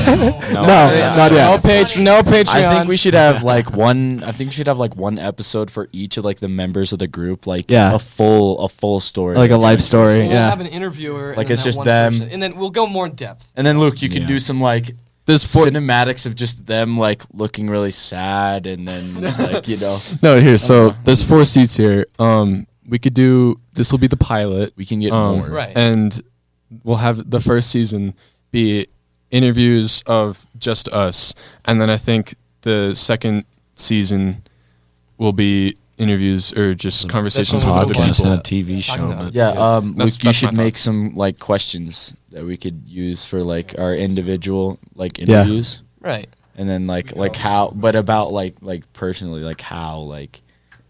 [SPEAKER 1] No, not
[SPEAKER 2] No
[SPEAKER 1] yet.
[SPEAKER 2] page, no Patreon.
[SPEAKER 3] I think we should have like one. I think we should have like one episode for each of like the members of the group, like
[SPEAKER 1] Yeah.
[SPEAKER 3] a full a full story,
[SPEAKER 1] Like a life story.
[SPEAKER 2] We'll
[SPEAKER 1] yeah.
[SPEAKER 2] have an interviewer. and
[SPEAKER 3] Like,
[SPEAKER 2] then
[SPEAKER 3] it's
[SPEAKER 2] that
[SPEAKER 3] just
[SPEAKER 2] one
[SPEAKER 3] them.
[SPEAKER 2] person. and then we'll go more in depth.
[SPEAKER 3] And then Luke, you can
[SPEAKER 4] Yeah.
[SPEAKER 3] do some like
[SPEAKER 5] There's four.
[SPEAKER 3] cinematics of just them like looking really sad, and then like you know
[SPEAKER 5] No, here. So there's four seats here. Um, we could do. This will be the pilot.
[SPEAKER 3] we can get
[SPEAKER 5] Um,
[SPEAKER 3] more.
[SPEAKER 2] Right.
[SPEAKER 5] and we'll have the first season be interviews of just us and then i think the second season will be interviews or just conversations with
[SPEAKER 2] what we're
[SPEAKER 5] other
[SPEAKER 4] podcast,
[SPEAKER 2] looking
[SPEAKER 5] people
[SPEAKER 4] not a TV
[SPEAKER 2] Talking
[SPEAKER 4] show.
[SPEAKER 2] about
[SPEAKER 4] But
[SPEAKER 3] Yeah, um, Luke, you
[SPEAKER 5] That's- that's my
[SPEAKER 3] should make
[SPEAKER 5] thoughts.
[SPEAKER 3] some like questions that we could use for like our individual like
[SPEAKER 1] Yeah.
[SPEAKER 3] interviews.
[SPEAKER 2] Right.
[SPEAKER 3] and then like like how but about like like personally like how like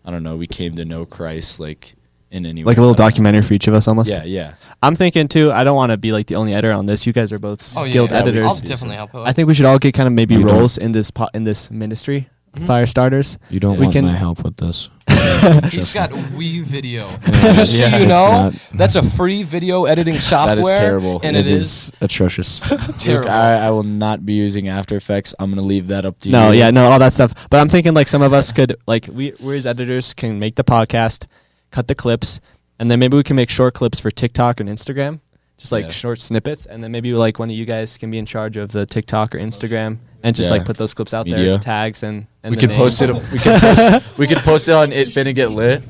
[SPEAKER 3] i don't know we came to know christ like in any
[SPEAKER 1] like a
[SPEAKER 3] way
[SPEAKER 1] little
[SPEAKER 3] like that.
[SPEAKER 1] documentary for each of us almost.
[SPEAKER 3] yeah yeah
[SPEAKER 1] I'm thinking too. I don't want to be like the only editor on this. You guys are both
[SPEAKER 2] Oh, yeah.
[SPEAKER 1] skilled
[SPEAKER 2] yeah,
[SPEAKER 1] editors.
[SPEAKER 2] I'll definitely help out.
[SPEAKER 1] I think we should all get kind of maybe
[SPEAKER 4] You don't-
[SPEAKER 1] roles in this po- in this ministry,
[SPEAKER 2] Mm-hmm.
[SPEAKER 1] fire starters.
[SPEAKER 4] you don't
[SPEAKER 1] We
[SPEAKER 4] want
[SPEAKER 1] can-
[SPEAKER 4] my help with this.
[SPEAKER 2] He's got Wii Video. Just so
[SPEAKER 4] Yeah,
[SPEAKER 2] you
[SPEAKER 4] it's
[SPEAKER 2] know,
[SPEAKER 4] not-
[SPEAKER 2] that's a free video editing software.
[SPEAKER 3] That is terrible.
[SPEAKER 2] And
[SPEAKER 3] It
[SPEAKER 2] it is,
[SPEAKER 4] atrocious.
[SPEAKER 2] terrible.
[SPEAKER 3] Luke, I, I will not be using after effects i'm gonna leave that up to
[SPEAKER 1] No,
[SPEAKER 3] you
[SPEAKER 1] yeah, no, all that stuff. But I'm thinking like some of us could like we we as editors can make the podcast, cut the clips, and then maybe we can make short clips for TikTok and Instagram, just like
[SPEAKER 3] Yeah.
[SPEAKER 1] short snippets, and then maybe like one of you guys can be in charge of the TikTok or Instagram and just
[SPEAKER 3] Yeah.
[SPEAKER 1] like put those clips out there,
[SPEAKER 3] Media.
[SPEAKER 1] tags and and
[SPEAKER 3] we
[SPEAKER 1] the
[SPEAKER 3] could post it
[SPEAKER 1] names.
[SPEAKER 3] we could post, we could post it on it finna get lit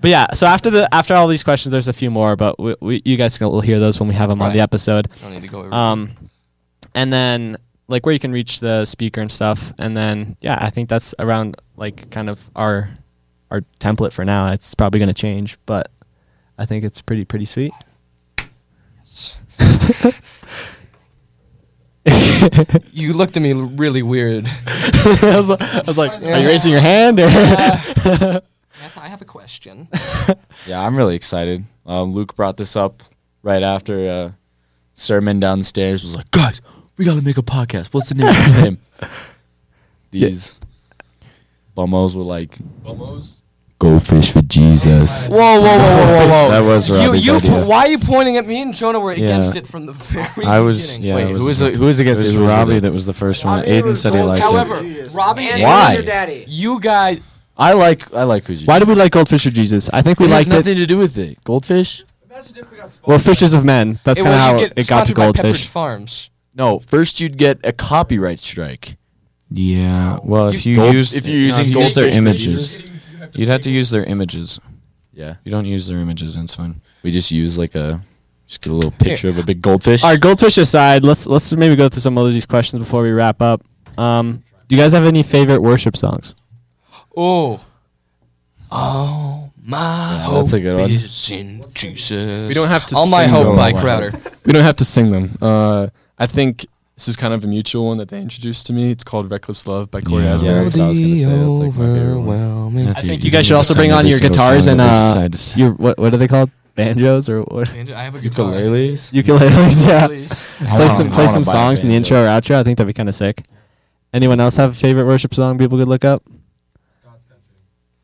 [SPEAKER 1] But yeah, so after the after all these questions, there's a few more, but we, we, you guys can, will hear those when we have them on the
[SPEAKER 2] Right.
[SPEAKER 1] episode.
[SPEAKER 2] I don't need to go over.
[SPEAKER 1] Um, and then like where you can reach the speaker and stuff, and then yeah, I think that's around like kind of our our template for now. It's probably going to change, but I think it's pretty pretty sweet.
[SPEAKER 2] you looked at me l- really weird.
[SPEAKER 1] I, was, li- I was like, are you raising your hand? Or?
[SPEAKER 2] I have a question.
[SPEAKER 3] Yeah, I'm really excited. Um, Luke brought this up right after uh, sermon downstairs. Was like, guys, we gotta make a podcast. What's the name? What's the name? These bummos were like, go fish for Jesus.
[SPEAKER 2] Whoa, whoa, whoa, whoa, whoa,
[SPEAKER 3] That was
[SPEAKER 2] whoa! You,
[SPEAKER 3] Robbie's
[SPEAKER 2] you,
[SPEAKER 3] idea.
[SPEAKER 2] po- why are you pointing at me and Jonah? Were against
[SPEAKER 4] Yeah.
[SPEAKER 2] it from the very
[SPEAKER 4] I was.
[SPEAKER 2] beginning.
[SPEAKER 4] Yeah.
[SPEAKER 3] Wait,
[SPEAKER 4] it
[SPEAKER 3] who was
[SPEAKER 4] it
[SPEAKER 3] who was
[SPEAKER 4] was
[SPEAKER 3] against who was with
[SPEAKER 4] Robbie
[SPEAKER 3] it?
[SPEAKER 4] that was the first one.
[SPEAKER 9] I mean, it
[SPEAKER 4] Aiden
[SPEAKER 9] was
[SPEAKER 4] said he
[SPEAKER 9] both-
[SPEAKER 4] liked
[SPEAKER 9] However,
[SPEAKER 4] it.
[SPEAKER 2] However, Robbie,
[SPEAKER 9] And
[SPEAKER 3] Why?
[SPEAKER 9] your daddy.
[SPEAKER 2] you guys,
[SPEAKER 3] I like I like Who's
[SPEAKER 1] Why do we like Goldfish or Jesus? I think we
[SPEAKER 3] it has
[SPEAKER 1] liked it.
[SPEAKER 3] nothing to do with it. Goldfish?
[SPEAKER 8] Imagine if we got sponsored.
[SPEAKER 1] Well, fishes of men. That's
[SPEAKER 2] It
[SPEAKER 1] kind of
[SPEAKER 2] was-
[SPEAKER 1] how
[SPEAKER 2] you
[SPEAKER 1] it
[SPEAKER 2] get
[SPEAKER 1] got to
[SPEAKER 2] sponsored by Pepperidge
[SPEAKER 1] Goldfish.
[SPEAKER 2] Farms.
[SPEAKER 3] No, first you'd get a copyright strike.
[SPEAKER 4] Yeah. Well, if you
[SPEAKER 3] Gold-
[SPEAKER 4] use
[SPEAKER 3] if you're using
[SPEAKER 4] you use their
[SPEAKER 3] goldfish
[SPEAKER 4] images, you'd have to use their images.
[SPEAKER 3] Yeah,
[SPEAKER 4] You don't use their images, and it's fine.
[SPEAKER 3] we just use like a just get a little picture of a big goldfish.
[SPEAKER 1] All right, Goldfish aside, let's let's maybe go through some other of these questions before we wrap up. Um, do you guys have any favorite worship songs?
[SPEAKER 2] Oh. Oh my
[SPEAKER 3] Yeah,
[SPEAKER 2] hope
[SPEAKER 3] that's a good one.
[SPEAKER 2] is in Jesus.
[SPEAKER 5] We don't have to
[SPEAKER 2] All my
[SPEAKER 5] sing
[SPEAKER 2] hope
[SPEAKER 5] them.
[SPEAKER 2] by Crowder.
[SPEAKER 5] We don't have to sing them. Uh, I think this is kind of a mutual one that they introduced to me. It's called Reckless Love by Corey
[SPEAKER 4] Yeah.
[SPEAKER 5] Asbury.
[SPEAKER 3] Yeah, that's what I was gonna say. That's like my favorite one.
[SPEAKER 2] Overwhelming.
[SPEAKER 1] I think you guys should also bring on your guitars and uh, your what what are they called? Banjos or what?
[SPEAKER 2] I have a guitar.
[SPEAKER 3] Ukuleles.
[SPEAKER 1] Ukuleles, yeah.
[SPEAKER 2] Please.
[SPEAKER 1] Play some play some songs in the intro or outro. I think that'd be kind of sick. Anyone else have a favorite worship song people could look up?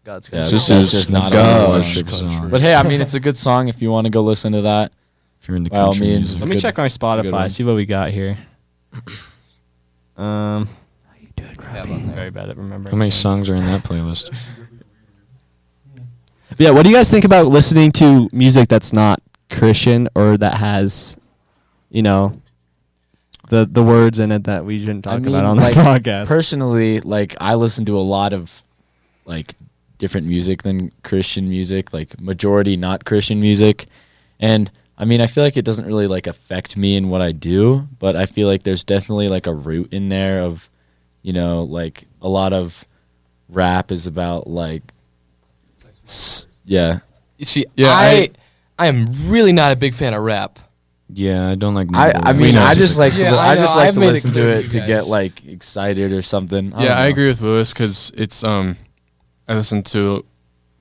[SPEAKER 3] Yeah,
[SPEAKER 4] This
[SPEAKER 3] that's
[SPEAKER 4] is
[SPEAKER 3] just
[SPEAKER 4] not
[SPEAKER 3] a
[SPEAKER 4] a
[SPEAKER 3] worship
[SPEAKER 4] worship
[SPEAKER 5] song.
[SPEAKER 4] song.
[SPEAKER 3] But hey, I mean, it's a good song if you want to go listen to that.
[SPEAKER 4] if you're into
[SPEAKER 3] by all
[SPEAKER 4] country
[SPEAKER 3] means,
[SPEAKER 4] music.
[SPEAKER 1] Let me
[SPEAKER 3] good-
[SPEAKER 1] check my Spotify.
[SPEAKER 3] one.
[SPEAKER 1] See what we got here. Um,
[SPEAKER 2] Yeah, but-
[SPEAKER 1] very bad at remembering.
[SPEAKER 4] How many
[SPEAKER 1] names.
[SPEAKER 4] songs are in that playlist?
[SPEAKER 1] Yeah, what do you guys think about listening to music that's not Christian or that has, you know, the the words in it that we shouldn't talk
[SPEAKER 3] I mean,
[SPEAKER 1] about on this
[SPEAKER 3] like,
[SPEAKER 1] podcast?
[SPEAKER 3] Personally, like I listen to a lot of like different music than Christian music, like majority not Christian music. And I mean, I feel like it doesn't really like affect me in what I do, but I feel like there's definitely like a root in there of, you know, like a lot of rap is about like s- yeah.
[SPEAKER 2] You see,
[SPEAKER 5] Yeah,
[SPEAKER 2] I, I am really not a big fan of rap.
[SPEAKER 4] Yeah, I don't like.
[SPEAKER 3] I,
[SPEAKER 4] mumble
[SPEAKER 3] I
[SPEAKER 4] rap.
[SPEAKER 3] mean,
[SPEAKER 5] know.
[SPEAKER 3] I just like to
[SPEAKER 2] Yeah,
[SPEAKER 3] li-
[SPEAKER 2] I
[SPEAKER 3] I,
[SPEAKER 2] know.
[SPEAKER 3] just like
[SPEAKER 2] I've
[SPEAKER 3] to
[SPEAKER 2] made it
[SPEAKER 3] listen
[SPEAKER 2] clear
[SPEAKER 3] to
[SPEAKER 2] to
[SPEAKER 3] it
[SPEAKER 2] you
[SPEAKER 3] to
[SPEAKER 2] guys.
[SPEAKER 3] get like excited or something. don't
[SPEAKER 5] yeah, I
[SPEAKER 3] know.
[SPEAKER 5] agree with Lewis because it's um, I listen to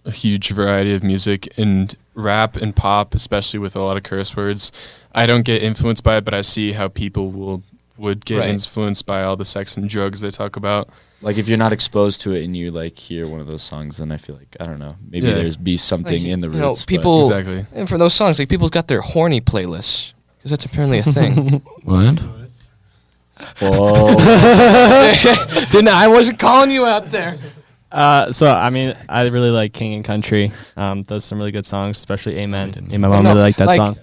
[SPEAKER 5] a huge variety of music and rap and pop, especially with a lot of curse words. I don't get influenced by it, but I see how people will would get
[SPEAKER 2] Right.
[SPEAKER 5] influenced by all the sex and drugs they talk about.
[SPEAKER 3] like if you're not exposed to it and you like hear one of those songs then i feel like i don't know maybe
[SPEAKER 5] Yeah.
[SPEAKER 3] there's be something
[SPEAKER 2] Like,
[SPEAKER 3] in the
[SPEAKER 2] you know,
[SPEAKER 3] roots but-
[SPEAKER 2] people- Well,
[SPEAKER 5] exactly.
[SPEAKER 2] And for those songs, like people got their horny playlists because that's apparently a thing.
[SPEAKER 4] what?
[SPEAKER 3] Whoa.
[SPEAKER 2] Didn't I wasn't calling you out there.
[SPEAKER 1] Uh, so I mean, I really like King and Country. Um, does some really good songs, especially Amen. Yeah, my mom
[SPEAKER 2] No,
[SPEAKER 1] really liked that
[SPEAKER 2] like-
[SPEAKER 1] song.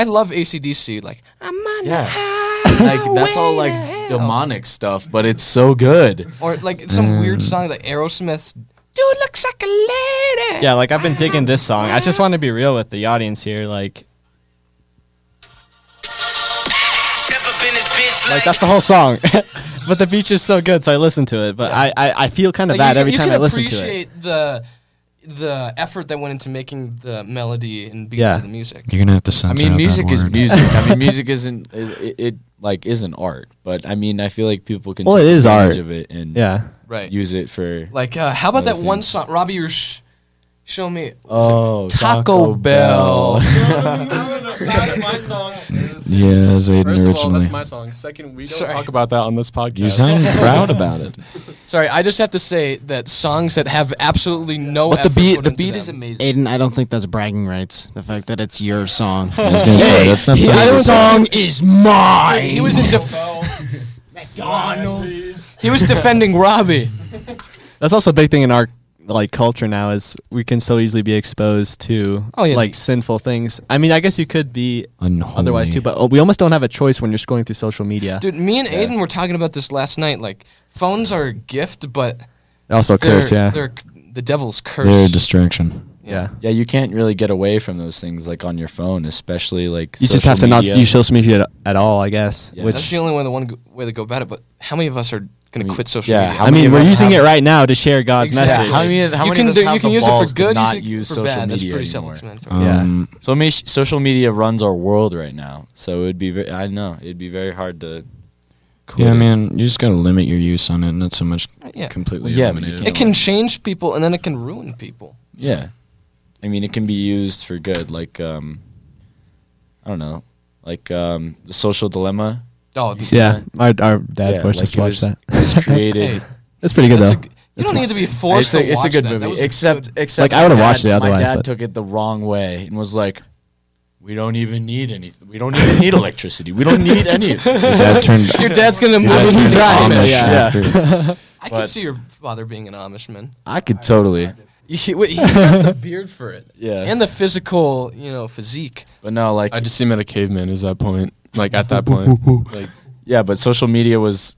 [SPEAKER 2] I love ACDC. Like I'm on
[SPEAKER 3] Yeah.
[SPEAKER 2] a high
[SPEAKER 3] like that's all
[SPEAKER 2] way
[SPEAKER 3] like
[SPEAKER 2] to hell.
[SPEAKER 3] demonic stuff but it's so good
[SPEAKER 2] or like some
[SPEAKER 3] Mm.
[SPEAKER 2] weird song like Aerosmith's "Dude Looks Like a Lady."
[SPEAKER 1] Yeah, like I've been digging this song. I just want to be real with the audience here. Like,
[SPEAKER 9] Step up in this bitch
[SPEAKER 1] like that's the whole song. but the beach is so good, so I listen to it. But I, I, I feel kind of
[SPEAKER 2] Like,
[SPEAKER 1] bad
[SPEAKER 2] you,
[SPEAKER 1] every
[SPEAKER 2] you
[SPEAKER 1] time
[SPEAKER 2] can
[SPEAKER 1] I listen to it.
[SPEAKER 2] appreciate the the effort that went into making the melody and beat
[SPEAKER 1] Yeah.
[SPEAKER 2] to the music.
[SPEAKER 4] You're gonna have to
[SPEAKER 3] i
[SPEAKER 4] censor.
[SPEAKER 3] mean
[SPEAKER 4] out that
[SPEAKER 3] music is
[SPEAKER 4] word.
[SPEAKER 3] music i mean music isn't is, it, it like isn't art but i mean i feel like people can
[SPEAKER 1] Well,
[SPEAKER 3] take
[SPEAKER 1] it is
[SPEAKER 3] advantage
[SPEAKER 1] art.
[SPEAKER 3] of it and
[SPEAKER 1] Yeah.
[SPEAKER 2] Right.
[SPEAKER 3] use it for
[SPEAKER 2] Like uh, how about
[SPEAKER 3] Other
[SPEAKER 2] that one
[SPEAKER 3] things.
[SPEAKER 2] song, Robbie? You're sh- show me.
[SPEAKER 3] oh
[SPEAKER 2] Taco Bell.
[SPEAKER 5] that's my song.
[SPEAKER 4] Yeah, Zayden
[SPEAKER 5] First of all,
[SPEAKER 4] originally.
[SPEAKER 5] that's my song. Second, we don't
[SPEAKER 2] Sorry.
[SPEAKER 5] talk about that on this podcast.
[SPEAKER 4] you sound proud about it.
[SPEAKER 2] Sorry, I just have to say that songs that have absolutely no.
[SPEAKER 3] but the
[SPEAKER 2] effort
[SPEAKER 3] beat
[SPEAKER 2] put
[SPEAKER 3] the
[SPEAKER 2] into
[SPEAKER 3] beat
[SPEAKER 2] them.
[SPEAKER 3] is amazing
[SPEAKER 7] Aiden, I don't think that's bragging rights. The fact that it's your song.
[SPEAKER 4] I was gonna say that's not something.
[SPEAKER 7] song is mine.
[SPEAKER 2] He was in def- He was defending Robbie.
[SPEAKER 1] That's also a big thing in our like culture now is we can so easily be exposed to
[SPEAKER 2] Oh, yeah.
[SPEAKER 1] like sinful things. I mean, I guess you could be
[SPEAKER 4] Unholy.
[SPEAKER 1] otherwise too, but uh, we almost don't have a choice when you're scrolling through social media.
[SPEAKER 2] Dude, me and Aiden were talking about this last night. Like, phones are a gift, but
[SPEAKER 1] also, a
[SPEAKER 2] they're,
[SPEAKER 1] curse, yeah,
[SPEAKER 2] they're c- the devil's curse.
[SPEAKER 4] they're a distraction.
[SPEAKER 1] yeah.
[SPEAKER 3] yeah you can't really get away from those things like on your phone especially like
[SPEAKER 1] You just
[SPEAKER 3] social
[SPEAKER 1] have to
[SPEAKER 3] media.
[SPEAKER 1] not use social media at, at all, I guess.
[SPEAKER 3] Yeah.
[SPEAKER 2] That's
[SPEAKER 1] Which
[SPEAKER 2] the only way, the one g- way to go about it. But how many of us are going to quit social
[SPEAKER 3] yeah,
[SPEAKER 2] media?
[SPEAKER 3] how
[SPEAKER 1] I mean,
[SPEAKER 3] many
[SPEAKER 1] we're
[SPEAKER 3] of us
[SPEAKER 1] using it
[SPEAKER 3] have-
[SPEAKER 1] right now to share God's
[SPEAKER 2] Exactly.
[SPEAKER 1] message.
[SPEAKER 3] yeah, how many, how
[SPEAKER 2] you
[SPEAKER 3] many
[SPEAKER 2] can,
[SPEAKER 3] of us
[SPEAKER 2] do-
[SPEAKER 3] have
[SPEAKER 2] you can
[SPEAKER 3] the
[SPEAKER 2] use it
[SPEAKER 3] balls
[SPEAKER 2] for
[SPEAKER 3] to
[SPEAKER 2] good.
[SPEAKER 3] not
[SPEAKER 2] you
[SPEAKER 3] use
[SPEAKER 2] use it for
[SPEAKER 3] social
[SPEAKER 2] bad. That's
[SPEAKER 3] media
[SPEAKER 2] pretty
[SPEAKER 3] anymore?
[SPEAKER 2] self-explanatory.
[SPEAKER 1] Yeah.
[SPEAKER 4] Um,
[SPEAKER 3] So many sh- social media runs our world right now. So it would be very, I know it'd be very hard to. quit
[SPEAKER 4] Yeah,
[SPEAKER 3] it.
[SPEAKER 4] man, you just gotta limit your use on it, not so much
[SPEAKER 2] Yeah.
[SPEAKER 4] completely
[SPEAKER 3] Well, yeah, but you
[SPEAKER 4] eliminate
[SPEAKER 3] can't-
[SPEAKER 2] It
[SPEAKER 4] it.
[SPEAKER 2] can change people, and then it can ruin people.
[SPEAKER 3] Yeah, I mean it can be used for good. Like um, I don't know, like um, the social dilemma.
[SPEAKER 2] Oh,
[SPEAKER 1] yeah, our, our dad
[SPEAKER 3] Yeah,
[SPEAKER 1] forced us
[SPEAKER 3] like
[SPEAKER 1] to
[SPEAKER 3] it
[SPEAKER 1] watch
[SPEAKER 3] was-
[SPEAKER 1] that.
[SPEAKER 3] It's created.
[SPEAKER 1] That's pretty good
[SPEAKER 2] that's a
[SPEAKER 1] though.
[SPEAKER 2] g- you don't need to be
[SPEAKER 3] it's
[SPEAKER 2] forced
[SPEAKER 3] a,
[SPEAKER 2] to
[SPEAKER 3] it's
[SPEAKER 2] watch
[SPEAKER 3] a good
[SPEAKER 2] that. That
[SPEAKER 3] movie.
[SPEAKER 2] was a
[SPEAKER 3] Except
[SPEAKER 2] good-
[SPEAKER 3] except
[SPEAKER 1] Like, I
[SPEAKER 3] my
[SPEAKER 1] would've
[SPEAKER 3] dad-
[SPEAKER 1] watched it
[SPEAKER 3] My
[SPEAKER 1] otherwise,
[SPEAKER 3] dad
[SPEAKER 1] but-
[SPEAKER 3] took it the wrong way and was like, We don't even need anything. We don't even need electricity. We don't need any. of this."
[SPEAKER 4] Your dad turned.
[SPEAKER 2] Your dad's gonna
[SPEAKER 4] your
[SPEAKER 2] move.
[SPEAKER 4] dad turned
[SPEAKER 2] He's right.
[SPEAKER 4] Amish
[SPEAKER 1] Yeah.
[SPEAKER 4] Um, after.
[SPEAKER 2] I could see your father being an Amish man.
[SPEAKER 3] I could totally.
[SPEAKER 2] He, wait, he's got the beard for it
[SPEAKER 3] Yeah.
[SPEAKER 2] and the physical, you know, physique.
[SPEAKER 3] but no, like
[SPEAKER 5] I just see him at a caveman. Is that point? Like at that point, like
[SPEAKER 3] yeah, but social media was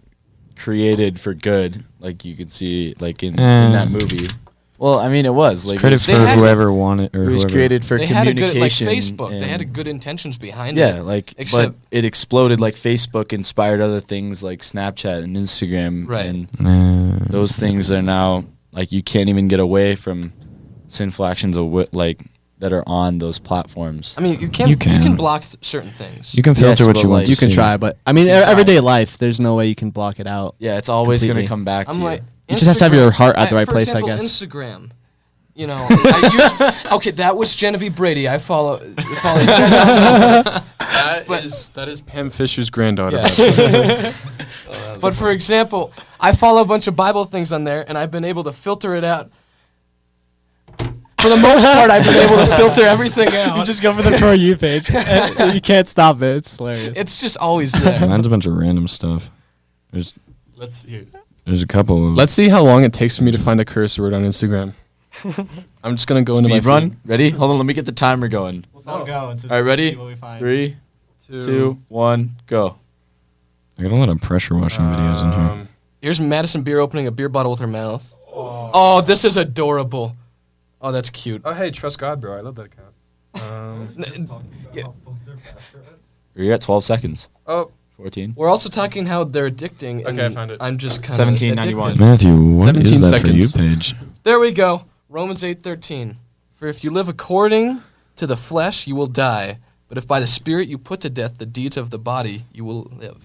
[SPEAKER 3] created for good. Like you could see, like in, in
[SPEAKER 4] Mm.
[SPEAKER 3] that movie. Well, I mean, it was like
[SPEAKER 4] Credit
[SPEAKER 3] it
[SPEAKER 4] for
[SPEAKER 2] They had-
[SPEAKER 4] whoever wanted or
[SPEAKER 3] was, it was
[SPEAKER 4] whoever.
[SPEAKER 3] created for
[SPEAKER 2] They had a good, like
[SPEAKER 3] communication.
[SPEAKER 2] Facebook. They had a
[SPEAKER 3] and-
[SPEAKER 2] good intentions behind it.
[SPEAKER 3] Yeah, like
[SPEAKER 2] Except-
[SPEAKER 3] but it exploded. Like Facebook inspired other things, like Snapchat and Instagram,
[SPEAKER 2] Right.
[SPEAKER 3] And
[SPEAKER 4] Mm.
[SPEAKER 3] those things are now like you can't even get away from sinful actions of what like that are on those platforms.
[SPEAKER 2] I mean, you can
[SPEAKER 4] You
[SPEAKER 2] you can,
[SPEAKER 4] can.
[SPEAKER 2] block th- certain things.
[SPEAKER 4] you can filter
[SPEAKER 3] Yes,
[SPEAKER 4] what
[SPEAKER 3] but
[SPEAKER 4] you want.
[SPEAKER 3] like-
[SPEAKER 4] to
[SPEAKER 1] You can
[SPEAKER 4] see.
[SPEAKER 1] try, but I mean, e-
[SPEAKER 3] You can try.
[SPEAKER 1] everyday life, there's no way you can block it out.
[SPEAKER 3] yeah, it's always
[SPEAKER 1] Completely.
[SPEAKER 3] gonna come back
[SPEAKER 2] I'm
[SPEAKER 3] to
[SPEAKER 2] like,
[SPEAKER 3] you.
[SPEAKER 1] You just have to have
[SPEAKER 2] Instagram-
[SPEAKER 1] your heart at
[SPEAKER 2] I-
[SPEAKER 1] the right
[SPEAKER 2] for
[SPEAKER 1] place, I
[SPEAKER 2] example,
[SPEAKER 1] guess.
[SPEAKER 2] Instagram. You know, I used, okay, that was Genevieve Brady. I follow. follow
[SPEAKER 5] that is that is Pam Fisher's granddaughter.
[SPEAKER 2] Yeah. but for example, I follow a bunch of Bible things on there, and I've been able to filter it out. For the most part, I've been able to filter everything out.
[SPEAKER 1] just go for the for you page. you can't stop it. It's hilarious.
[SPEAKER 2] It's just always
[SPEAKER 4] Yeah,
[SPEAKER 2] there.
[SPEAKER 4] Mine's a bunch of random stuff. There's
[SPEAKER 5] Let's hear.
[SPEAKER 4] there's a couple of.
[SPEAKER 5] Let's see how long it takes for me to find a curse word on Instagram. I'm just gonna go into
[SPEAKER 3] Speed
[SPEAKER 5] my
[SPEAKER 3] run, ready? Hold on, let me get the timer going.
[SPEAKER 1] Let's all go. It's just
[SPEAKER 3] All right, ready? see
[SPEAKER 1] what we find.
[SPEAKER 3] Three,
[SPEAKER 5] feed.
[SPEAKER 3] two, one, go.
[SPEAKER 4] I got a lot of pressure washing videos in here.
[SPEAKER 5] Um,
[SPEAKER 2] Here's Madison Beer opening a beer bottle with her mouth. Oh, this is adorable. Oh, that's cute.
[SPEAKER 5] oh hey, trust God, bro. I love that account. Um,
[SPEAKER 3] You're at 12 seconds.
[SPEAKER 5] oh,
[SPEAKER 3] 14.
[SPEAKER 2] We're also talking how they're addicting. And
[SPEAKER 5] Okay, I found it.
[SPEAKER 2] I'm just kind of
[SPEAKER 3] 1791.
[SPEAKER 4] Matthew, what is
[SPEAKER 5] 17
[SPEAKER 4] that
[SPEAKER 5] seconds.
[SPEAKER 4] for you page?
[SPEAKER 2] There we go. Romans 8:13. For if you live according to the flesh, you will die. But if by the Spirit you put to death the deeds of the body, you will live.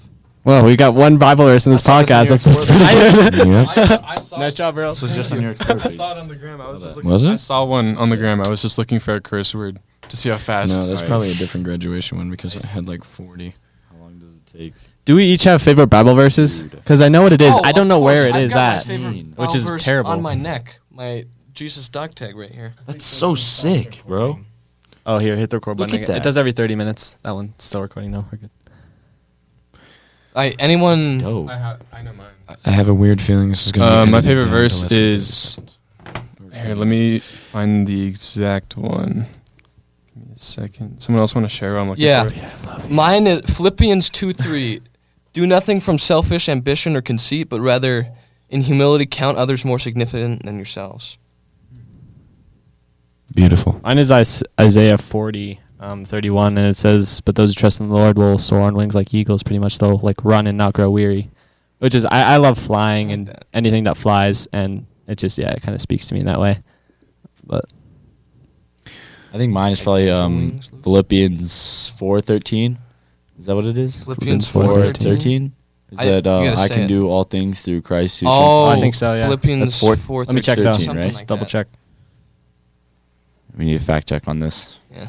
[SPEAKER 1] Well, we got one Bible verse in this podcast. That's, that's pretty good.
[SPEAKER 4] Yep.
[SPEAKER 1] nice job, bro.
[SPEAKER 3] This was just on your Explore page.
[SPEAKER 5] it on the gram. I was just
[SPEAKER 4] Was
[SPEAKER 5] I
[SPEAKER 4] it?
[SPEAKER 5] saw one on the gram. I was just looking for a curse word to see how fast.
[SPEAKER 4] No, that's probably a different graduation one because I had like 40.
[SPEAKER 3] How long does it take?
[SPEAKER 1] Do we each have favorite Bible verses? Because I know what it is.
[SPEAKER 2] Oh,
[SPEAKER 1] I don't
[SPEAKER 2] of
[SPEAKER 1] know where it
[SPEAKER 2] course, I've
[SPEAKER 1] is
[SPEAKER 2] got my
[SPEAKER 1] at.
[SPEAKER 2] favorite
[SPEAKER 3] Which
[SPEAKER 2] Bible
[SPEAKER 1] is
[SPEAKER 2] verse
[SPEAKER 1] terrible.
[SPEAKER 2] On my neck, my Jesus dog tag right here.
[SPEAKER 3] That's so sick, bro.
[SPEAKER 1] Oh, here, hit the record
[SPEAKER 3] Look
[SPEAKER 1] button.
[SPEAKER 3] at
[SPEAKER 1] again.
[SPEAKER 3] that.
[SPEAKER 1] It does every 30 minutes. That one's still recording, though. We're good.
[SPEAKER 2] I anyone
[SPEAKER 3] Dope.
[SPEAKER 5] have, I know mine.
[SPEAKER 4] I have a weird feeling this is going to
[SPEAKER 5] Uh,
[SPEAKER 4] be.
[SPEAKER 5] my
[SPEAKER 4] edited
[SPEAKER 5] favorite
[SPEAKER 4] down to
[SPEAKER 5] verse
[SPEAKER 4] less than 30
[SPEAKER 5] is. Here, let me find the exact one. Give me a second. Someone else want to share? what I'm looking
[SPEAKER 2] Yeah.
[SPEAKER 5] for. it?
[SPEAKER 2] Mine is Philippians 2 3. Do nothing from selfish ambition or conceit, but rather in humility count others more significant than yourselves.
[SPEAKER 4] Beautiful.
[SPEAKER 1] Mine is Is- Isaiah 40, um, 31, and it says, But those who trust in the Lord will soar on wings like eagles, pretty much. They'll like run and not grow weary, which is, I, I love flying and
[SPEAKER 2] that.
[SPEAKER 1] anything that flies, and it just, yeah, it kind of speaks to me in that way. But
[SPEAKER 3] I think mine is probably um, Philippians 4.13. Is that what it is?
[SPEAKER 2] Philippians 4
[SPEAKER 1] 4:13.
[SPEAKER 3] 4.13? Is
[SPEAKER 2] I-
[SPEAKER 3] that
[SPEAKER 2] you
[SPEAKER 3] uh,
[SPEAKER 2] gotta
[SPEAKER 3] I
[SPEAKER 2] say
[SPEAKER 3] can
[SPEAKER 2] it.
[SPEAKER 3] do all things through Christ who
[SPEAKER 1] I
[SPEAKER 2] Oh,
[SPEAKER 3] strengthens me?
[SPEAKER 1] think so, yeah.
[SPEAKER 2] Philippians
[SPEAKER 3] That's four-
[SPEAKER 2] 4
[SPEAKER 1] let me check, though.
[SPEAKER 3] 13,
[SPEAKER 2] something
[SPEAKER 3] right?
[SPEAKER 2] like
[SPEAKER 1] double
[SPEAKER 2] that.
[SPEAKER 1] check.
[SPEAKER 3] We need to fact check on this.
[SPEAKER 2] Yeah.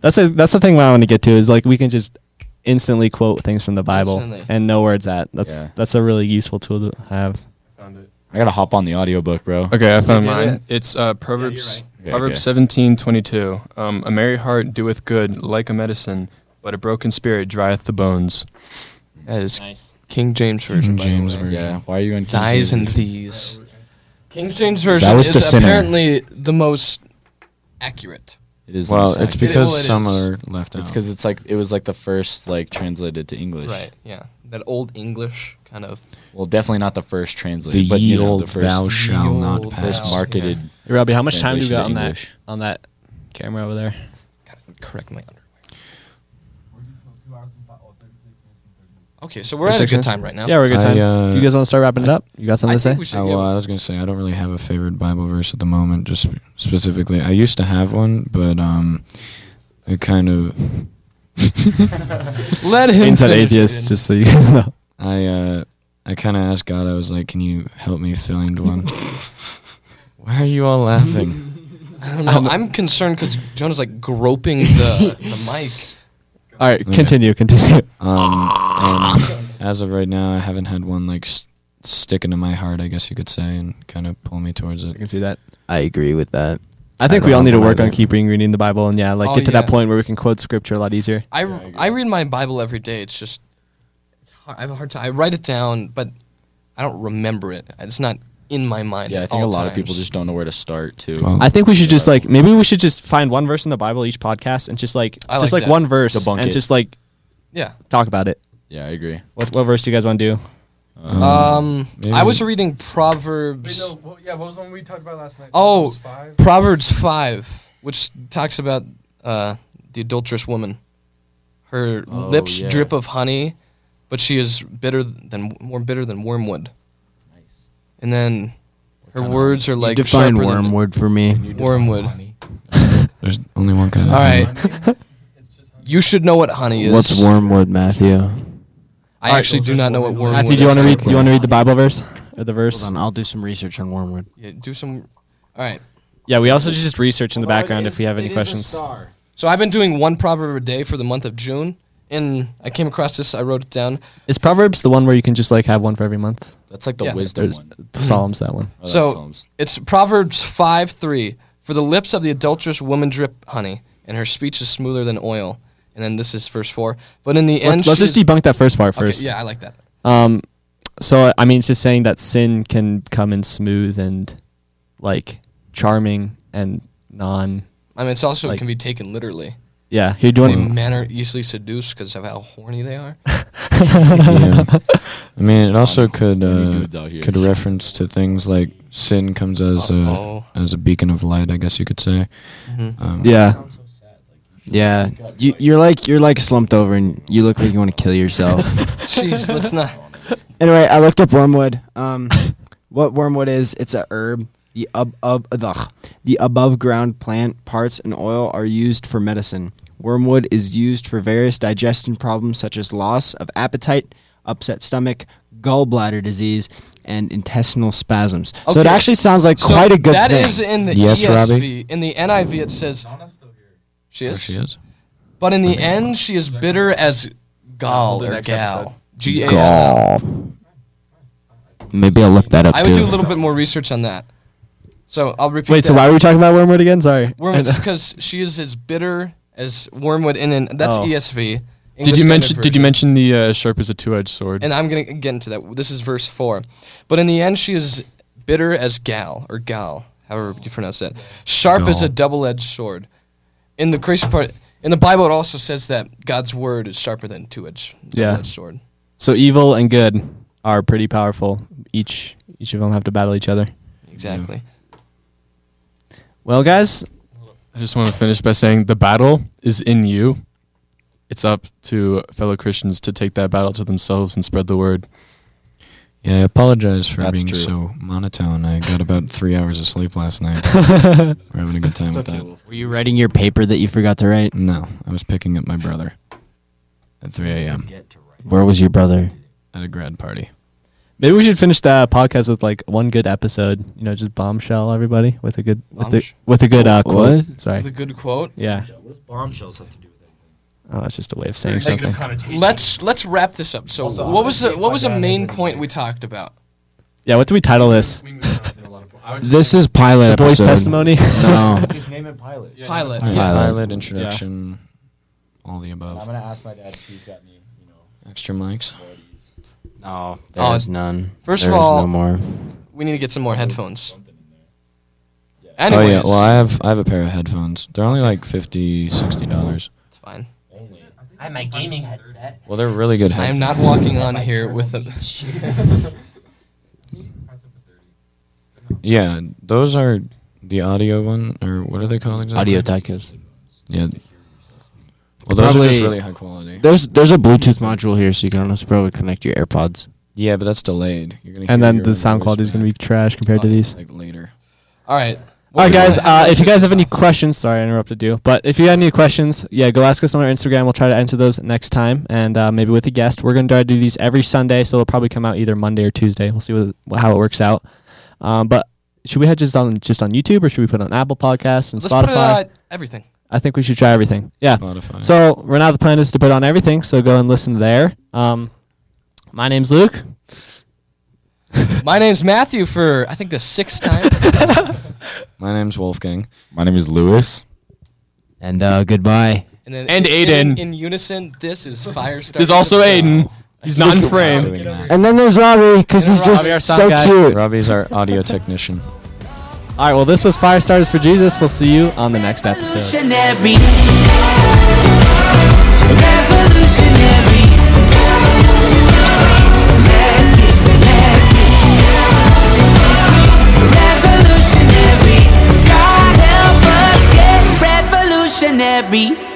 [SPEAKER 1] That's a, that's the thing I want to get to is like we can just instantly quote things from the Bible
[SPEAKER 2] Instantly.
[SPEAKER 1] and know where it's at. That's
[SPEAKER 3] Yeah.
[SPEAKER 1] that's a really useful tool to have.
[SPEAKER 5] Found it.
[SPEAKER 3] I gotta hop on the audiobook, bro.
[SPEAKER 5] Okay, I found
[SPEAKER 2] You did
[SPEAKER 5] mine.
[SPEAKER 2] it.
[SPEAKER 5] It's uh, Proverbs
[SPEAKER 3] Okay,
[SPEAKER 5] Proverbs
[SPEAKER 3] okay.
[SPEAKER 5] seventeen twenty two. Um, a merry heart doeth good like a medicine, but a broken spirit drieth the bones.
[SPEAKER 2] That is
[SPEAKER 1] Nice.
[SPEAKER 2] King James version.
[SPEAKER 4] King
[SPEAKER 2] by the
[SPEAKER 4] James
[SPEAKER 2] way.
[SPEAKER 4] version.
[SPEAKER 3] Yeah, why are you on King
[SPEAKER 2] Dies
[SPEAKER 3] James?
[SPEAKER 2] and these. King James version
[SPEAKER 4] That was
[SPEAKER 2] is
[SPEAKER 4] the sinner.
[SPEAKER 2] apparently the most accurate.
[SPEAKER 3] It is
[SPEAKER 4] Well,
[SPEAKER 3] nice.
[SPEAKER 4] it's
[SPEAKER 2] It-
[SPEAKER 4] because
[SPEAKER 2] well, it
[SPEAKER 4] some
[SPEAKER 2] is.
[SPEAKER 4] are left out.
[SPEAKER 3] It's because it's like it was like the first like translated to English.
[SPEAKER 2] Right. Yeah. That old English kind of.
[SPEAKER 3] Well, definitely not the first translated,
[SPEAKER 4] the
[SPEAKER 3] but
[SPEAKER 4] ye
[SPEAKER 3] you know,
[SPEAKER 4] old
[SPEAKER 3] the first,
[SPEAKER 4] thou shall
[SPEAKER 2] Ye
[SPEAKER 4] not
[SPEAKER 2] olde
[SPEAKER 4] pass.
[SPEAKER 2] thou-
[SPEAKER 3] first marketed.
[SPEAKER 1] Hey, Robbie, how much time do we
[SPEAKER 3] Translation
[SPEAKER 1] got on that
[SPEAKER 3] to English.
[SPEAKER 1] on that camera over there?
[SPEAKER 2] Correct my underwear. Okay, so we're at a
[SPEAKER 1] Six
[SPEAKER 2] good
[SPEAKER 1] minutes?
[SPEAKER 2] time right now.
[SPEAKER 1] Yeah, we're a good
[SPEAKER 4] I,
[SPEAKER 1] time.
[SPEAKER 4] uh,
[SPEAKER 1] do you guys want to start wrapping it up? You got
[SPEAKER 2] I
[SPEAKER 1] something
[SPEAKER 2] think
[SPEAKER 1] to
[SPEAKER 2] we
[SPEAKER 1] say?
[SPEAKER 2] should.
[SPEAKER 4] Oh,
[SPEAKER 2] yeah,
[SPEAKER 4] well, I was gonna say I don't really have a favorite Bible verse at the moment, just specifically. I used to have one, but um, it kind of
[SPEAKER 2] let him.
[SPEAKER 1] Inside
[SPEAKER 2] finish
[SPEAKER 1] atheist,
[SPEAKER 2] it.
[SPEAKER 1] just so you guys know.
[SPEAKER 4] I uh, I kind of asked God. I was like, "Can you help me find one?" Why are you all laughing?
[SPEAKER 2] I don't know, I'm, concerned because Jonah's like groping the, the mic.
[SPEAKER 1] All right,
[SPEAKER 4] Okay.
[SPEAKER 1] continue, continue.
[SPEAKER 4] Um, and as of right now, I haven't had one like s- sticking to my heart. I guess you could say, and kind of pull me towards
[SPEAKER 1] I
[SPEAKER 4] it.
[SPEAKER 1] can see that.
[SPEAKER 7] I agree with that.
[SPEAKER 1] I think
[SPEAKER 4] I
[SPEAKER 1] we
[SPEAKER 4] don't
[SPEAKER 1] all need
[SPEAKER 4] know
[SPEAKER 1] to work on
[SPEAKER 4] either.
[SPEAKER 1] keeping reading the Bible and yeah, like
[SPEAKER 2] Oh,
[SPEAKER 1] get to that
[SPEAKER 2] yeah.
[SPEAKER 1] point where we can quote scripture a lot easier.
[SPEAKER 2] I, I read my Bible every day. It's just it's hard. I have a hard time. I write it down, but I don't remember it. It's not in my mind.
[SPEAKER 3] Yeah, I
[SPEAKER 2] at
[SPEAKER 3] think a
[SPEAKER 2] all
[SPEAKER 3] lot of people
[SPEAKER 2] times.
[SPEAKER 3] just don't know where to start too.
[SPEAKER 4] Well,
[SPEAKER 1] I think we should just like maybe we should just find one verse in the Bible each podcast and just like
[SPEAKER 2] I
[SPEAKER 1] just
[SPEAKER 2] like
[SPEAKER 1] like
[SPEAKER 2] that.
[SPEAKER 1] one verse
[SPEAKER 3] Debunk
[SPEAKER 1] and
[SPEAKER 3] it.
[SPEAKER 1] just like
[SPEAKER 2] yeah.
[SPEAKER 1] talk about it.
[SPEAKER 3] yeah, I agree.
[SPEAKER 1] What what verse do you guys want to do?
[SPEAKER 2] Um, I
[SPEAKER 4] maybe-
[SPEAKER 2] was reading Proverbs.
[SPEAKER 5] Wait, no. What, yeah, what was the one we talked about last night?
[SPEAKER 2] Oh.
[SPEAKER 5] Proverbs five?
[SPEAKER 2] Proverbs five, which talks about uh, the adulterous woman. Her
[SPEAKER 3] Oh,
[SPEAKER 2] lips
[SPEAKER 3] yeah.
[SPEAKER 2] drip of honey, but she is bitter than more bitter than wormwood.
[SPEAKER 3] Nice.
[SPEAKER 2] And then her words are like
[SPEAKER 7] define
[SPEAKER 2] sharper than-
[SPEAKER 7] wormwood for me.
[SPEAKER 2] Wormwood.
[SPEAKER 4] There's only one kind of.
[SPEAKER 2] All right. You should know what honey is.
[SPEAKER 7] What's wormwood, Matthew?
[SPEAKER 2] I actually do not know what wormwood.
[SPEAKER 1] Matthew, do you
[SPEAKER 2] is.
[SPEAKER 1] want to read? You want to read the Bible verse or the verse?
[SPEAKER 7] Hold on, I'll do some research on wormwood.
[SPEAKER 2] Yeah, do some. All right.
[SPEAKER 1] Yeah, we also just research in the background if we have any questions.
[SPEAKER 2] So I've been doing one proverb a day for the month of June, and I came across this. I wrote it down.
[SPEAKER 1] Is Proverbs the one where you can just like have one for every month?
[SPEAKER 3] That's like the
[SPEAKER 2] Yeah.
[SPEAKER 3] wisdom
[SPEAKER 1] There's-
[SPEAKER 3] one.
[SPEAKER 1] Psalms that one.
[SPEAKER 3] Oh, that
[SPEAKER 2] So-
[SPEAKER 3] Psalms.
[SPEAKER 2] It's Proverbs 5 3. For the lips of the adulterous woman drip honey, and her speech is smoother than oil. And then this is verse 4. But in the end,
[SPEAKER 1] Let's, let's
[SPEAKER 2] she
[SPEAKER 1] just
[SPEAKER 2] is-
[SPEAKER 1] debunk that first part
[SPEAKER 2] Okay,
[SPEAKER 1] first.
[SPEAKER 2] yeah, I like that.
[SPEAKER 1] Um, so I mean, it's just saying that sin can come in smooth and like charming and non.
[SPEAKER 2] I mean, it's also
[SPEAKER 1] Like-
[SPEAKER 2] can be taken literally.
[SPEAKER 1] Yeah, here do you
[SPEAKER 2] They
[SPEAKER 1] want?
[SPEAKER 2] men are easily seduced because of how horny they are.
[SPEAKER 4] yeah. I mean, it also could
[SPEAKER 3] many
[SPEAKER 4] uh,
[SPEAKER 3] dudes out here.
[SPEAKER 4] could reference to things like sin comes as a
[SPEAKER 2] oh,
[SPEAKER 4] as a beacon of light. I guess you could say.
[SPEAKER 3] Mm-hmm.
[SPEAKER 2] Mhm.
[SPEAKER 4] Um,
[SPEAKER 1] Yeah,
[SPEAKER 7] Yeah, you, you're like you're like slumped over, and you look like you want to kill yourself.
[SPEAKER 2] jeez, let's not.
[SPEAKER 7] anyway, I looked up wormwood. Um, what wormwood is? It's a herb. The ab- ab- the, the above ground plant parts and oil are used for medicine. Wormwood is used for various digestion problems such as loss of appetite, upset stomach, gallbladder disease, and intestinal spasms. So it
[SPEAKER 2] Okay.
[SPEAKER 7] actually sounds like
[SPEAKER 2] So
[SPEAKER 7] quite a good
[SPEAKER 2] That
[SPEAKER 7] thing.
[SPEAKER 2] is in the E
[SPEAKER 4] Yes,
[SPEAKER 2] ESV.
[SPEAKER 4] Robbie?
[SPEAKER 2] In the NIV, it says she
[SPEAKER 4] There
[SPEAKER 2] is.
[SPEAKER 4] she is.
[SPEAKER 2] But in the end, she is bitter as gall
[SPEAKER 8] Hold the
[SPEAKER 2] or
[SPEAKER 8] next
[SPEAKER 2] gal.
[SPEAKER 8] episode.
[SPEAKER 2] G A L.
[SPEAKER 7] Gall. Maybe I'll look that up
[SPEAKER 2] I would
[SPEAKER 7] too.
[SPEAKER 2] do a little bit more research on that. So I'll repeat.
[SPEAKER 1] Wait, so why
[SPEAKER 2] that.
[SPEAKER 1] were we talking about wormwood again? Sorry.
[SPEAKER 2] Wormwood's because she is as bitter as wormwood, and then that's
[SPEAKER 1] Oh.
[SPEAKER 2] ESV.
[SPEAKER 5] Did
[SPEAKER 2] English
[SPEAKER 5] you
[SPEAKER 2] Standard
[SPEAKER 5] mention? Did you
[SPEAKER 2] Version.
[SPEAKER 5] mention the uh, sharp as a two-edged sword?
[SPEAKER 2] And I'm gonna get into that. This is verse four, but in the end, she is bitter as gal or gal, however you pronounce that. Sharp as a
[SPEAKER 4] Gal.
[SPEAKER 2] double-edged sword. In the crazy part, in the Bible, it also says that God's word is sharper than two-edged
[SPEAKER 1] Yeah.
[SPEAKER 2] double-edged sword.
[SPEAKER 1] So evil and good are pretty powerful. Each each of them have to battle each other.
[SPEAKER 2] Exactly.
[SPEAKER 1] Well, guys,
[SPEAKER 5] I just want to finish by saying the battle is in you. It's up to fellow Christians to take that battle to themselves and spread the word.
[SPEAKER 4] Yeah, I apologize for
[SPEAKER 3] That's
[SPEAKER 4] being
[SPEAKER 3] true.
[SPEAKER 4] so monotone. I got about three hours of sleep last night. so we're having a good time with that.
[SPEAKER 7] Were you writing your paper that you forgot to write?
[SPEAKER 4] No, I was picking up my brother at 3 a.m.
[SPEAKER 7] Where was your brother?
[SPEAKER 4] at a grad party.
[SPEAKER 1] maybe we should finish the podcast with like one good episode. You know, just bombshell everybody with a good with a,
[SPEAKER 2] Bombsh-
[SPEAKER 1] with a good uh, quote.
[SPEAKER 2] With a
[SPEAKER 1] Sorry.
[SPEAKER 2] good quote.
[SPEAKER 1] Yeah.
[SPEAKER 10] What does bombshells have to do with it?
[SPEAKER 1] Oh, it's just a way of saying something.
[SPEAKER 10] connotation.
[SPEAKER 2] Let's let's wrap this up. So, what was the what was the main point we talked about?
[SPEAKER 1] Yeah. What do we title this?
[SPEAKER 7] This is pilot
[SPEAKER 1] The boy's
[SPEAKER 7] episode.
[SPEAKER 1] testimony.
[SPEAKER 7] No.
[SPEAKER 10] Just name it pilot.
[SPEAKER 2] Pilot.
[SPEAKER 4] Pilot,
[SPEAKER 7] Pilot.
[SPEAKER 4] introduction, all the above.
[SPEAKER 3] gonna ask my dad if he's got me. You know,
[SPEAKER 4] Extra mics.
[SPEAKER 7] No,
[SPEAKER 2] Oh,
[SPEAKER 7] there's none.
[SPEAKER 2] first of
[SPEAKER 7] There is
[SPEAKER 2] all-
[SPEAKER 7] no more.
[SPEAKER 2] We need to get some more headphones.
[SPEAKER 4] Oh
[SPEAKER 2] Anyways,
[SPEAKER 4] yeah, well I have I have a pair of headphones. They're only like 50 dollars.
[SPEAKER 2] it's fine.
[SPEAKER 10] I have my gaming headset.
[SPEAKER 4] Well, they're really good
[SPEAKER 2] I am
[SPEAKER 4] headphones.
[SPEAKER 2] not walking on here with them.
[SPEAKER 4] Yeah, those are the audio one or what are they called exactly?
[SPEAKER 7] Audio tacos.
[SPEAKER 4] Yeah. Well, those are
[SPEAKER 7] Probably-
[SPEAKER 4] just really high quality.
[SPEAKER 7] There's there's a Bluetooth module here, so you can almost probably connect your AirPods.
[SPEAKER 4] Yeah, but that's delayed. You're gonna
[SPEAKER 1] and
[SPEAKER 4] hear
[SPEAKER 1] then
[SPEAKER 4] your
[SPEAKER 1] the
[SPEAKER 4] own
[SPEAKER 1] sound
[SPEAKER 4] voice
[SPEAKER 1] quality is going to be
[SPEAKER 4] back,
[SPEAKER 1] trash compared to
[SPEAKER 2] Oh, yeah.
[SPEAKER 1] these.
[SPEAKER 4] like later.
[SPEAKER 2] All right.
[SPEAKER 1] All right, guys. Uh, if you guys have any questions, sorry I interrupted you, but if you had any questions, yeah, go ask us on our Instagram. We'll try to answer those next time, and uh, maybe with a guest. We're going to try to do these every Sunday, so they'll probably come out either Monday or Tuesday. We'll see what, how it works out. Um, but should we have just on just on YouTube, or should we put it on Apple Podcasts and
[SPEAKER 2] let's
[SPEAKER 1] Spotify?
[SPEAKER 2] put it on everything.
[SPEAKER 1] I think we should try everything. Yeah.
[SPEAKER 4] Spotify.
[SPEAKER 1] So right now the plan is to put it on everything. So go and listen there. Um, my name's Luke.
[SPEAKER 2] My name's Matthew for I think the sixth time.
[SPEAKER 4] My name's Wolfgang.
[SPEAKER 3] My name is Lewis.
[SPEAKER 7] And uh, goodbye.
[SPEAKER 2] And then
[SPEAKER 1] And
[SPEAKER 2] in-
[SPEAKER 1] Aiden.
[SPEAKER 2] in unison. This is Firestar. uh,
[SPEAKER 1] There's also Aiden. He's not in frame.
[SPEAKER 4] Doing that.
[SPEAKER 7] And then there's Robbie because
[SPEAKER 1] And then
[SPEAKER 7] he's
[SPEAKER 1] Robbie, our
[SPEAKER 7] just
[SPEAKER 1] sound
[SPEAKER 7] so
[SPEAKER 1] guy.
[SPEAKER 7] cute.
[SPEAKER 4] Robbie's our audio technician.
[SPEAKER 1] All right, well, this was Fire Starters for Jesus. We'll see you on the next episode.
[SPEAKER 6] Revolutionary. Revolutionary. Let's get it, let's get it. Revolutionary. God help us get revolutionary.